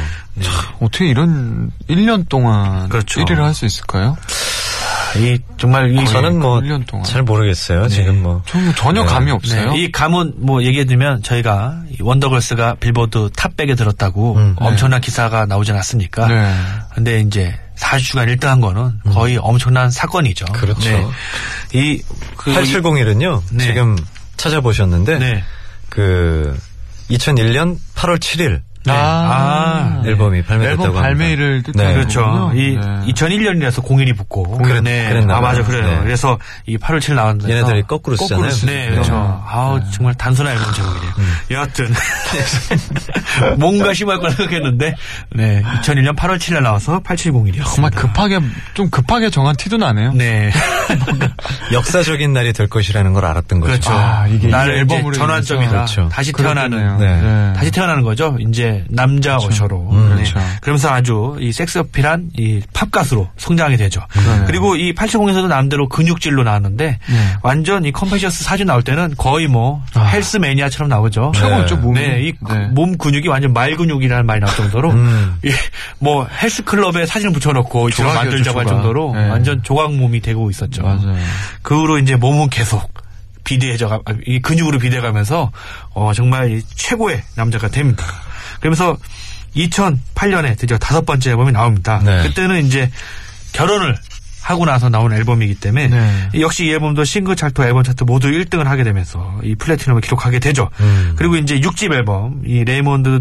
Speaker 2: 어떻게 이런 1년 동안
Speaker 3: 그렇죠.
Speaker 2: 1위를 할 수 있을까요?
Speaker 3: 자, 이 정말 이
Speaker 1: 저는 뭐,
Speaker 2: 1년 동안.
Speaker 1: 잘 모르겠어요. 지금 뭐.
Speaker 2: 전 전혀
Speaker 1: 네.
Speaker 2: 감이 없어요.
Speaker 3: 네, 이 가문 뭐 얘기해드리면 저희가 이 원더걸스가 빌보드 탑백에 들었다고
Speaker 1: 음,
Speaker 3: 엄청난 기사가 나오지 않았습니까?
Speaker 2: 네.
Speaker 3: 근데 이제 40주간 1등한 거는 거의 엄청난 사건이죠.
Speaker 1: 음.
Speaker 3: 네.
Speaker 1: 그렇죠.
Speaker 3: 이 그,
Speaker 1: 8701은요,
Speaker 3: 네.
Speaker 1: 지금 찾아보셨는데,
Speaker 3: 네.
Speaker 1: 그, 2001년 8월 7일
Speaker 3: 네. 아.
Speaker 1: 앨범이 발매됐다고
Speaker 2: 네. 앨범
Speaker 1: 합니다.
Speaker 2: 발매일을 뜻하는
Speaker 1: 네.
Speaker 3: 그렇죠.
Speaker 2: 거군요.
Speaker 3: 이
Speaker 2: 네.
Speaker 3: 2001년이라서 공일이 붙고.
Speaker 1: 그랬- 그랬나
Speaker 3: 아, 맞아,
Speaker 1: 봐요.
Speaker 3: 그래요.
Speaker 1: 네.
Speaker 3: 그래서 이 8월7일 나왔는데.
Speaker 1: 얘네들이 거꾸로 쓰잖아요.
Speaker 3: 네,
Speaker 1: 네. 음.
Speaker 3: 그렇죠. 아우, 정말 단순한 앨범 제목이네요. 여하튼. 뭔가 심할 거라 생각했는데, 네. 2001년 8월7일 나와서 8701이었습니다.
Speaker 2: 정말 급하게 좀 급하게 정한 티도 나네요.
Speaker 3: 네.
Speaker 1: 역사적인 날이 될 것이라는 걸 알았던 거죠.
Speaker 3: 그렇죠.
Speaker 2: 아, 이게
Speaker 3: 나의
Speaker 2: 이
Speaker 3: 이제
Speaker 2: 앨범으로
Speaker 3: 전환점이다.
Speaker 2: 인해서.
Speaker 1: 그렇죠.
Speaker 3: 다시
Speaker 2: 그렇겠네요.
Speaker 3: 태어나는
Speaker 1: 네.
Speaker 2: 네.
Speaker 3: 다시 태어나는 거죠. 이제 남자 어셔로.
Speaker 2: 음,
Speaker 3: 네.
Speaker 2: 그렇죠.
Speaker 3: 그러면서 아주 이 섹스 어필한 이 팝 가수로 성장하게 되죠.
Speaker 2: 그러네요.
Speaker 3: 그리고 이 80에서도 남대로 근육질로 나왔는데
Speaker 2: 네.
Speaker 3: 완전 이 컴패셔스 사진 나올 때는 거의 뭐 헬스 매니아처럼 나오죠.
Speaker 2: 최고죠 몸이.
Speaker 3: 네, 이
Speaker 2: 네.
Speaker 3: 몸 근육이 완전 말 근육이라는 말이 나올 정도로
Speaker 1: 음.
Speaker 3: 이 뭐 헬스 클럽에 사진을 붙여놓고 이처럼
Speaker 2: 조각이었죠,
Speaker 3: 만들자고 할
Speaker 2: 조각.
Speaker 3: 정도로
Speaker 2: 네.
Speaker 3: 완전 조각 몸이 되고 있었죠.
Speaker 2: 맞아요.
Speaker 3: 그 후로 이제 몸은 계속 비대해져, 가- 아, 이 근육으로 비대가면서 어, 정말 이 최고의 남자가 됩니다. 그러면서 2008년에 드디어 다섯 번째 앨범이 나옵니다.
Speaker 1: 네.
Speaker 3: 그때는 이제 결혼을 하고 나서 나온 앨범이기 때문에
Speaker 2: 네.
Speaker 3: 이 역시 이 앨범도 싱글 차트, 앨범 차트 모두 1등을 하게 되면서 이 플래티넘을 기록하게 되죠.
Speaker 1: 음.
Speaker 3: 그리고 이제 6집 앨범 이 레이몬드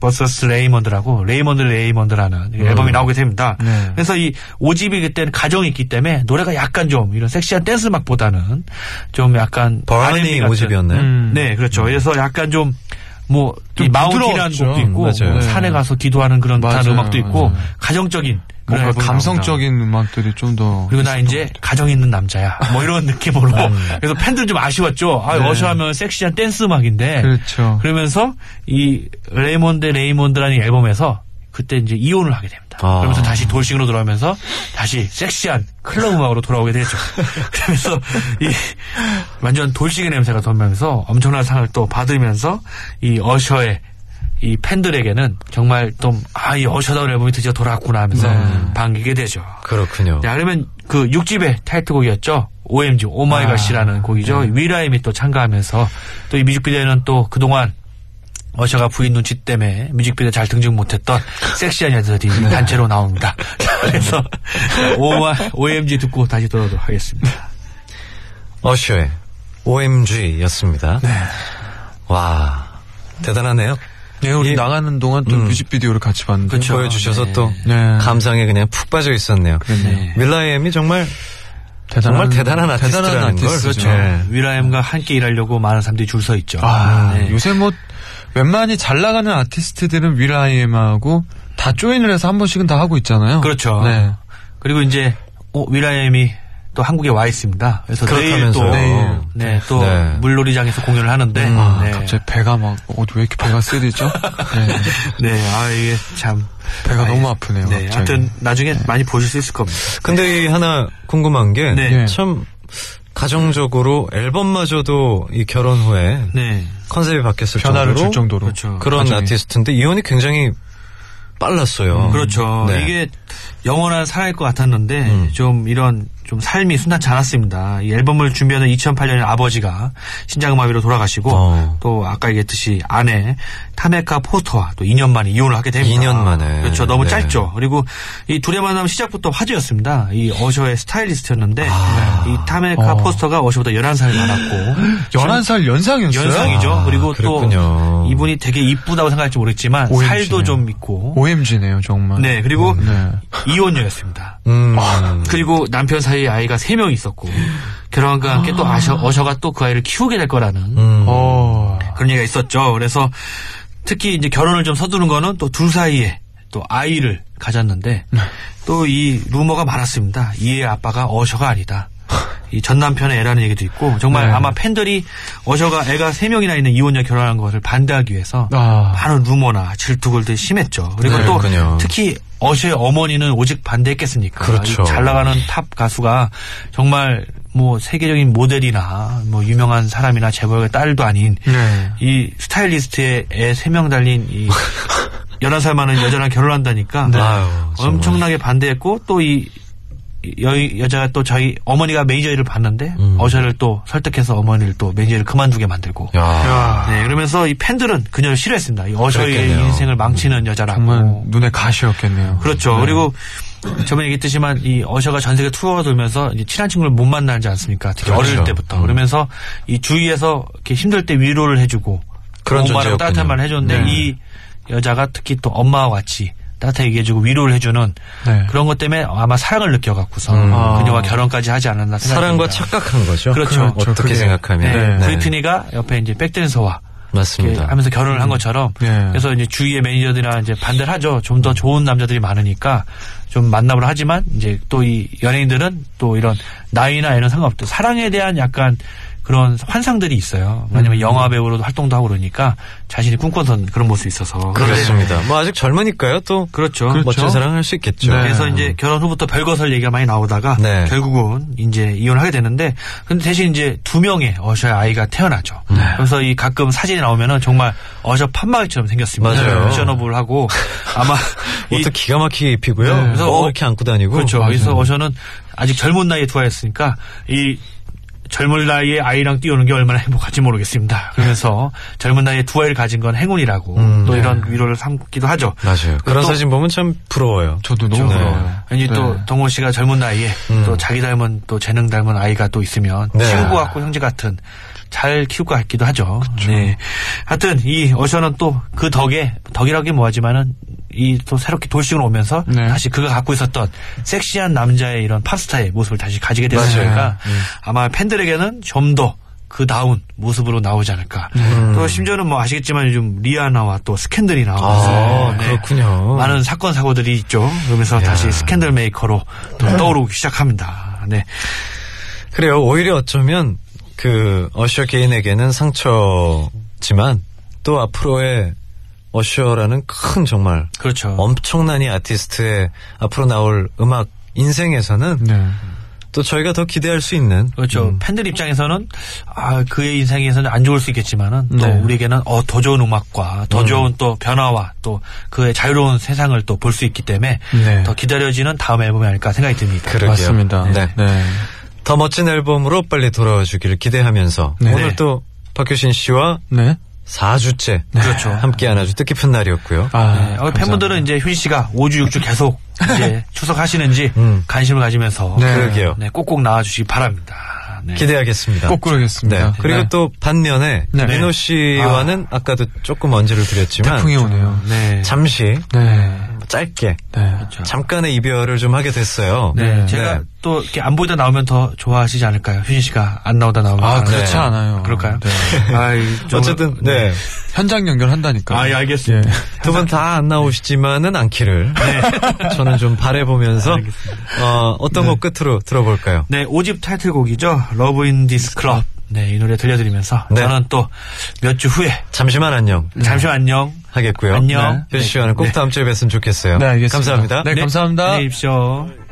Speaker 3: 버서스 레이먼드라고 레이먼드 레이먼드라는 이 앨범이 나오게 됩니다.
Speaker 2: 음. 네.
Speaker 3: 그래서 이 5집이 그때는 가정이 있기 때문에 노래가 약간 좀 이런 섹시한 댄스 막보다는 좀 약간
Speaker 1: 버니
Speaker 3: R&B 같은-
Speaker 1: 5집이었나요?
Speaker 2: 음.
Speaker 3: 네, 그렇죠. 그래서 약간 좀 뭐,
Speaker 2: 좀
Speaker 3: 이 마운틴이라는
Speaker 2: 부드러웠죠. 음, 네.
Speaker 3: 곡도 있고,
Speaker 1: 맞아요.
Speaker 3: 산에 가서 기도하는 그런 듯한
Speaker 2: 맞아요,
Speaker 3: 음악도 있고,
Speaker 2: 맞아요.
Speaker 3: 가정적인
Speaker 2: 뭔가
Speaker 3: 앨범이
Speaker 2: 감성적인 음악들이 좀 더.
Speaker 3: 그리고 나 이제 가정 있는 남자야. 뭐 이런 느낌으로. 그래서 팬들 좀 아쉬웠죠. 아,
Speaker 2: 음. 네.
Speaker 3: 어셔 하면 섹시한 댄스 음악인데.
Speaker 2: 그렇죠.
Speaker 3: 러면서이 레이몬드 레이몬드라는 이 앨범에서 그때 이제 이혼을 하게 됩니다.
Speaker 1: 아.
Speaker 3: 그러면서 다시 돌싱으로 돌아오면서 다시 섹시한 클럽 음악으로 돌아오게 되죠. 그러면서 이 완전 돌싱의 냄새가 돌면서 엄청난 상을 또 받으면서 이 어셔의 이 팬들에게는 정말 좀 아 이 어셔다운 앨범이 드디어 돌아왔구나 하면서
Speaker 2: 네.
Speaker 3: 반기게 되죠.
Speaker 1: 그렇군요.
Speaker 3: 네, 그러면 그 6집의 타이틀곡이었죠. OMG,
Speaker 1: 아,
Speaker 3: 오마이갓이라는 곡이죠.
Speaker 1: 네.
Speaker 3: 위라임이 또 참가하면서 또 이 뮤직비디오에는 또 그동안 어셔가 부인 눈치 때문에 뮤직비디오 잘 등장 못했던 섹시한 여자들이 단체로 나옵니다. 자, 그래서 오마, OMG 듣고 다시 돌아오도록 하겠습니다.
Speaker 1: 어쇼의 OMG였습니다. 와 대단하네요.
Speaker 2: 예, 우리
Speaker 1: 이-
Speaker 2: 나가는 동안
Speaker 3: 음.
Speaker 2: 또 뮤직비디오를 같이 봤는데.
Speaker 1: 보여주셔서 또
Speaker 2: 네.
Speaker 1: 감상에 그냥 푹 빠져 있었네요.
Speaker 2: 그랬네요.
Speaker 1: 밀라이엠이 정말 정말 대단한 아티스트라는 걸.
Speaker 2: 아티스트죠.
Speaker 1: 네.
Speaker 3: 위라임과 함께 일하려고 많은 사람들이 줄 서 있죠.
Speaker 2: 아,
Speaker 3: 네.
Speaker 2: 요새 뭐 웬만히 잘 나가는 아티스트들은 위라이엠하고 다 조인을 해서 한 번씩은 다 하고 있잖아요.
Speaker 3: 그렇죠.
Speaker 2: 네.
Speaker 3: 그리고 이제 어, 위라엠이 또 한국에 와 있습니다. 그래서 내일 또,
Speaker 1: 그렇다면서요.
Speaker 3: 네, 또
Speaker 1: 네. 음.
Speaker 3: 물놀이장에서 공연을 하는데,
Speaker 2: 아,
Speaker 3: 네.
Speaker 2: 갑자기 배가 막, 어, 왜 이렇게 배가 쓰리죠? 네.
Speaker 3: 네, 아, 이게 참.
Speaker 2: 배가
Speaker 3: 아,
Speaker 2: 너무 아프네요.
Speaker 3: 네,
Speaker 2: 갑자기.
Speaker 3: 하여튼 나중에 많이 보실 수 있을 겁니다.
Speaker 1: 근데 이 하나 궁금한 게
Speaker 3: 네.
Speaker 1: 참 가정적으로 앨범마저도 이 결혼 후에
Speaker 3: 네.
Speaker 1: 컨셉이 바뀌었을
Speaker 2: 변화를 줄 정도로. 아,
Speaker 3: 그렇죠.
Speaker 1: 그런
Speaker 2: 가정이.
Speaker 1: 아티스트인데 이혼이 굉장히 빨랐어요.
Speaker 3: 그렇죠.
Speaker 1: 네.
Speaker 3: 이게 영원한 사랑일 것 같았는데 좀 이런 좀 삶이 순탄치 않았습니다. 이 앨범을 준비하는 2008년에 아버지가 신장마비로 돌아가시고
Speaker 1: 어.
Speaker 3: 또 아까 얘기했듯이 아내 타메카 포스터와 또 2년 만에 이혼을 하게 됩니다.
Speaker 1: 2년 만에.
Speaker 3: 그렇죠. 너무
Speaker 1: 네.
Speaker 3: 짧죠. 그리고 이 둘의 만남 시작부터 화제였습니다. 이 어셔의 스타일리스트였는데 이 타메카 포스터가 어셔보다 11살 많았고
Speaker 2: 11살 연상이었어요?
Speaker 3: 연상이죠.
Speaker 1: 아,
Speaker 3: 그리고
Speaker 1: 그랬군요.
Speaker 3: 또 이분이 되게 이쁘다고 생각할지 모르겠지만
Speaker 2: OMG 네요.
Speaker 3: 살도 좀 있고
Speaker 2: OMG네요, 정말.
Speaker 3: 네, 그리고
Speaker 2: 네.
Speaker 3: 이혼녀였습니다.
Speaker 1: 음,
Speaker 3: 아. 그리고 남편 사이에 아이가 세명 있었고, 결혼과 함께 또 아셔, 어셔가 또 그 아이를 키우게 될 거라는
Speaker 1: 음.
Speaker 2: 어.
Speaker 3: 그런 얘기가 있었죠. 그래서 특히 이제 결혼을 좀 서두른 거는 또 둘 사이에 또 아이를 가졌는데,
Speaker 1: 네.
Speaker 3: 또 이 루머가 많았습니다. 이의 아빠가 어셔가 아니다. 이 전남편의 애라는 얘기도 있고 정말
Speaker 2: 네.
Speaker 3: 아마 팬들이 어셔가 애가 세명이나 있는 이혼녀 결혼한 것을 반대하기 위해서
Speaker 2: 아.
Speaker 3: 많은 루머나 질투가 되게 심했죠. 그리고
Speaker 1: 네,
Speaker 3: 또
Speaker 1: 그렇군요.
Speaker 3: 특히 어셔의 어머니는 오직 반대했겠습니까?
Speaker 1: 그렇죠.
Speaker 3: 이잘 나가는 탑 가수가 정말 뭐 세계적인 모델이나 뭐 유명한 사람이나 재벌의 딸도 아닌
Speaker 2: 네.
Speaker 3: 이 스타일리스트의 애 세 명 달린 이 11살 많은 여자랑 결혼한다니까
Speaker 1: 네. 아유, 정말.
Speaker 3: 엄청나게 반대했고 또 이 여자가 또 자기 어머니가 매니저 일을 봤는데 어셔를 또 설득해서 어머니를 또 매니저를 그만두게 만들고
Speaker 1: 음. 야.
Speaker 3: 네, 그러면서 이 팬들은 그녀를 싫어했습니다. 이 어셔의
Speaker 1: 그랬겠네요.
Speaker 3: 인생을 망치는 여자라고.
Speaker 2: 정말 눈에 가시였겠네요.
Speaker 3: 그렇죠. 그리고 저번에 얘기했지만 이 어셔가 전 세계 투어가 돌면서 이제 친한 친구를 못 만나지 않습니까? 특히
Speaker 1: 그렇죠.
Speaker 3: 어릴 때부터.
Speaker 1: 음.
Speaker 3: 그러면서 이 주위에서 이렇게 힘들 때 위로를 해주고
Speaker 1: 그런
Speaker 3: 엄마라고
Speaker 1: 존재였군요. 네.
Speaker 3: 따뜻한 말을 해줬는데 이 여자가 특히 또 엄마와 같이 따뜻하게 얘기해주고 위로를 해주는
Speaker 2: 네.
Speaker 3: 그런 것 때문에 아마 사랑을 느껴갖고서
Speaker 2: 아.
Speaker 3: 그녀와 결혼까지 하지 않았나 생각합니다.
Speaker 1: 음. 사랑과 착각한 거죠. 음,
Speaker 3: 그렇죠.
Speaker 1: 어떻게
Speaker 2: 그게-
Speaker 1: 생각하면.
Speaker 3: 네.
Speaker 2: 네.
Speaker 3: 브리트니가 옆에 이제 백댄서와 이렇게
Speaker 1: 맞습니다. 음.
Speaker 3: 하면서 결혼을 한 것처럼
Speaker 2: 네.
Speaker 3: 그래서 이제 주위의 매니저들이랑 이제 반대를 하죠. 좀 더 좋은 남자들이 많으니까 좀 만나보라 하지만 이제 또 이 연예인들은 또 이런 나이나 이런 상관없죠. 사랑에 대한 약간 그런 환상들이 있어요.
Speaker 1: 음.
Speaker 3: 왜냐면 영화 배우로도 활동도 하고 그러니까 자신이 꿈꿨던 그런 모습이 있어서.
Speaker 1: 그렇습니다. 뭐 아직 젊으니까요. 또
Speaker 3: 네. 그렇죠.
Speaker 1: 멋진 사랑을 할 수 있겠죠. 음.
Speaker 2: 네.
Speaker 3: 그래서 이제 결혼 후부터 별거설 얘기가 많이 나오다가
Speaker 1: 네.
Speaker 3: 결국은 이제 이혼을 하게 되는데 근데 대신 이제 두 명의 어셔의 아이가 태어나죠.
Speaker 1: 네.
Speaker 3: 그래서 이 가끔 사진이 나오면은 정말 어셔 판마을처럼 생겼습니다. 네,
Speaker 1: 맞아요.
Speaker 3: 미션업을 하고 아마 이
Speaker 1: 옷도 기가 막히게 입히고요.
Speaker 3: 네.
Speaker 1: 그래서
Speaker 3: 그래서
Speaker 1: 뭐
Speaker 3: 어-
Speaker 1: 이렇게 안고 다니고.
Speaker 3: 그렇죠.
Speaker 1: 맞아요.
Speaker 3: 그래서 어셔는 아직 젊은 나이에 투하했으니까 이 젊은 나이에 아이랑 뛰어오는 게 얼마나 행복할지 모르겠습니다. 그러면서 젊은 나이에 두 아이를 가진 건 행운이라고
Speaker 1: 음,
Speaker 3: 또
Speaker 1: 네.
Speaker 3: 이런 위로를 삼기도 하죠.
Speaker 1: 맞아요. 그런
Speaker 3: 또-
Speaker 1: 사진 보면 참 부러워요.
Speaker 2: 저도 너무
Speaker 3: 그렇죠.
Speaker 1: 네. 음.
Speaker 2: 부러워요.
Speaker 3: 왠지
Speaker 2: 네.
Speaker 3: 또 동호 씨가 젊은 나이에 또 자기 닮은 또 재능 닮은 아이가 또 있으면
Speaker 1: 네.
Speaker 3: 친구 같고 형제 같은 잘 키울 것 같기도 하죠. 네. 하여튼 이 어셔는 또 그 덕에 덕이라기 뭐하지만은 이 또 새롭게 돌싱을 오면서
Speaker 2: 네.
Speaker 3: 다시 그가 갖고 있었던
Speaker 1: 네. 음.
Speaker 3: 섹시한 남자의 이런 팝스타의 모습을 다시 가지게 됐으니까 아마 팬들에게는 좀 더 그다운 모습으로 나오지 않을까.
Speaker 1: 음.
Speaker 3: 또 심지어는 뭐 아시겠지만 요즘 리아나와 또 스캔들이 나와서
Speaker 1: 아,
Speaker 3: 네.
Speaker 1: 그렇군요.
Speaker 3: 많은 사건 사고들이 있죠. 그러면서 다시 스캔들 메이커로 또 떠오르기 시작합니다. 네.
Speaker 1: 그래요. 오히려 어쩌면 그 어셔 개인에게는 상처지만 또 앞으로의 어셔라는 큰 정말
Speaker 3: 그렇죠.
Speaker 1: 엄청난 이 아티스트의 앞으로 나올 음악 인생에서는
Speaker 2: 네.
Speaker 1: 또 저희가 더 기대할 수 있는
Speaker 3: 음.
Speaker 1: 음,
Speaker 3: 그렇죠. 팬들 입장에서는 아 그의 인생에서는 안 좋을 수 있겠지만은 또
Speaker 2: 네.
Speaker 3: 우리에게는 어 더 좋은 음악과 더 좋은 또 변화와 또 그의 자유로운 세상을 또 볼 수 있기 때문에
Speaker 2: 네.
Speaker 3: 더 기다려지는 다음 앨범이 아닐까 생각이 듭니다.
Speaker 1: 그러게요.
Speaker 2: 맞습니다.
Speaker 1: 네. 더 멋진 앨범으로 빨리 돌아와 주기를 기대하면서
Speaker 2: 네.
Speaker 1: 오늘
Speaker 3: 네.
Speaker 1: 또 박효신 씨와
Speaker 2: 네.
Speaker 1: 4주째
Speaker 3: 그렇죠.
Speaker 1: 함께한 아주 뜻깊은 날이었고요.
Speaker 2: 아,
Speaker 3: 네, 어,
Speaker 2: 감사합니다.
Speaker 3: 팬분들은 이제 효진 씨가 5주 6주 계속 이제 출석하시는지
Speaker 1: 음.
Speaker 3: 관심을 가지면서
Speaker 2: 네.
Speaker 1: 그러게요.
Speaker 3: 네, 꼭꼭 나와주시기 바랍니다. 네.
Speaker 1: 기대하겠습니다.
Speaker 2: 꼭
Speaker 1: 네.
Speaker 2: 그러겠습니다.
Speaker 1: 그리고
Speaker 2: 네.
Speaker 1: 또 반면에
Speaker 2: 네.
Speaker 1: 민호 씨와는 아. 까도 조금 언제를 드렸지만
Speaker 2: 태풍이 오네요.
Speaker 3: 네.
Speaker 1: 잠시
Speaker 2: 네.
Speaker 1: 짧게
Speaker 2: 네.
Speaker 1: 잠깐의 이별을 좀 하게 됐어요.
Speaker 3: 네,
Speaker 2: 네.
Speaker 3: 제가
Speaker 1: 네.
Speaker 3: 또 이렇게 안 보이다 나오면 더 좋아하시지 않을까요? 효진 씨가 안 나오다 나오면.
Speaker 2: 아, 그렇지
Speaker 1: 네.
Speaker 2: 않아요.
Speaker 3: 그럴까요?
Speaker 2: 네.
Speaker 3: 아이, 정말-
Speaker 1: 어쨌든 네.
Speaker 2: 현장 연결한다니까.
Speaker 3: 아, 예, 알겠습니다.
Speaker 1: 두 분 다 안 나오시지만은 않기를
Speaker 2: 네.
Speaker 1: 저는 좀 바래보면서 어, 어떤 곡 끝으로 들어볼까요?
Speaker 3: 네, 5집 타이틀곡이죠. 러브 인 디스 클럽. 네, 이 노래 들려드리면서
Speaker 1: 네.
Speaker 3: 저는 또 몇 주 후에
Speaker 1: 잠시만 안녕
Speaker 3: 잠시 안녕.
Speaker 1: 하겠고요.
Speaker 3: 안녕.
Speaker 1: 네. 효 씨와는 꼭 다음 주에 뵀으면 좋겠어요.
Speaker 2: 네, 알겠습니다.
Speaker 1: 감사합니다.
Speaker 2: 네, 감사합니다.
Speaker 3: 안녕히 계십시오.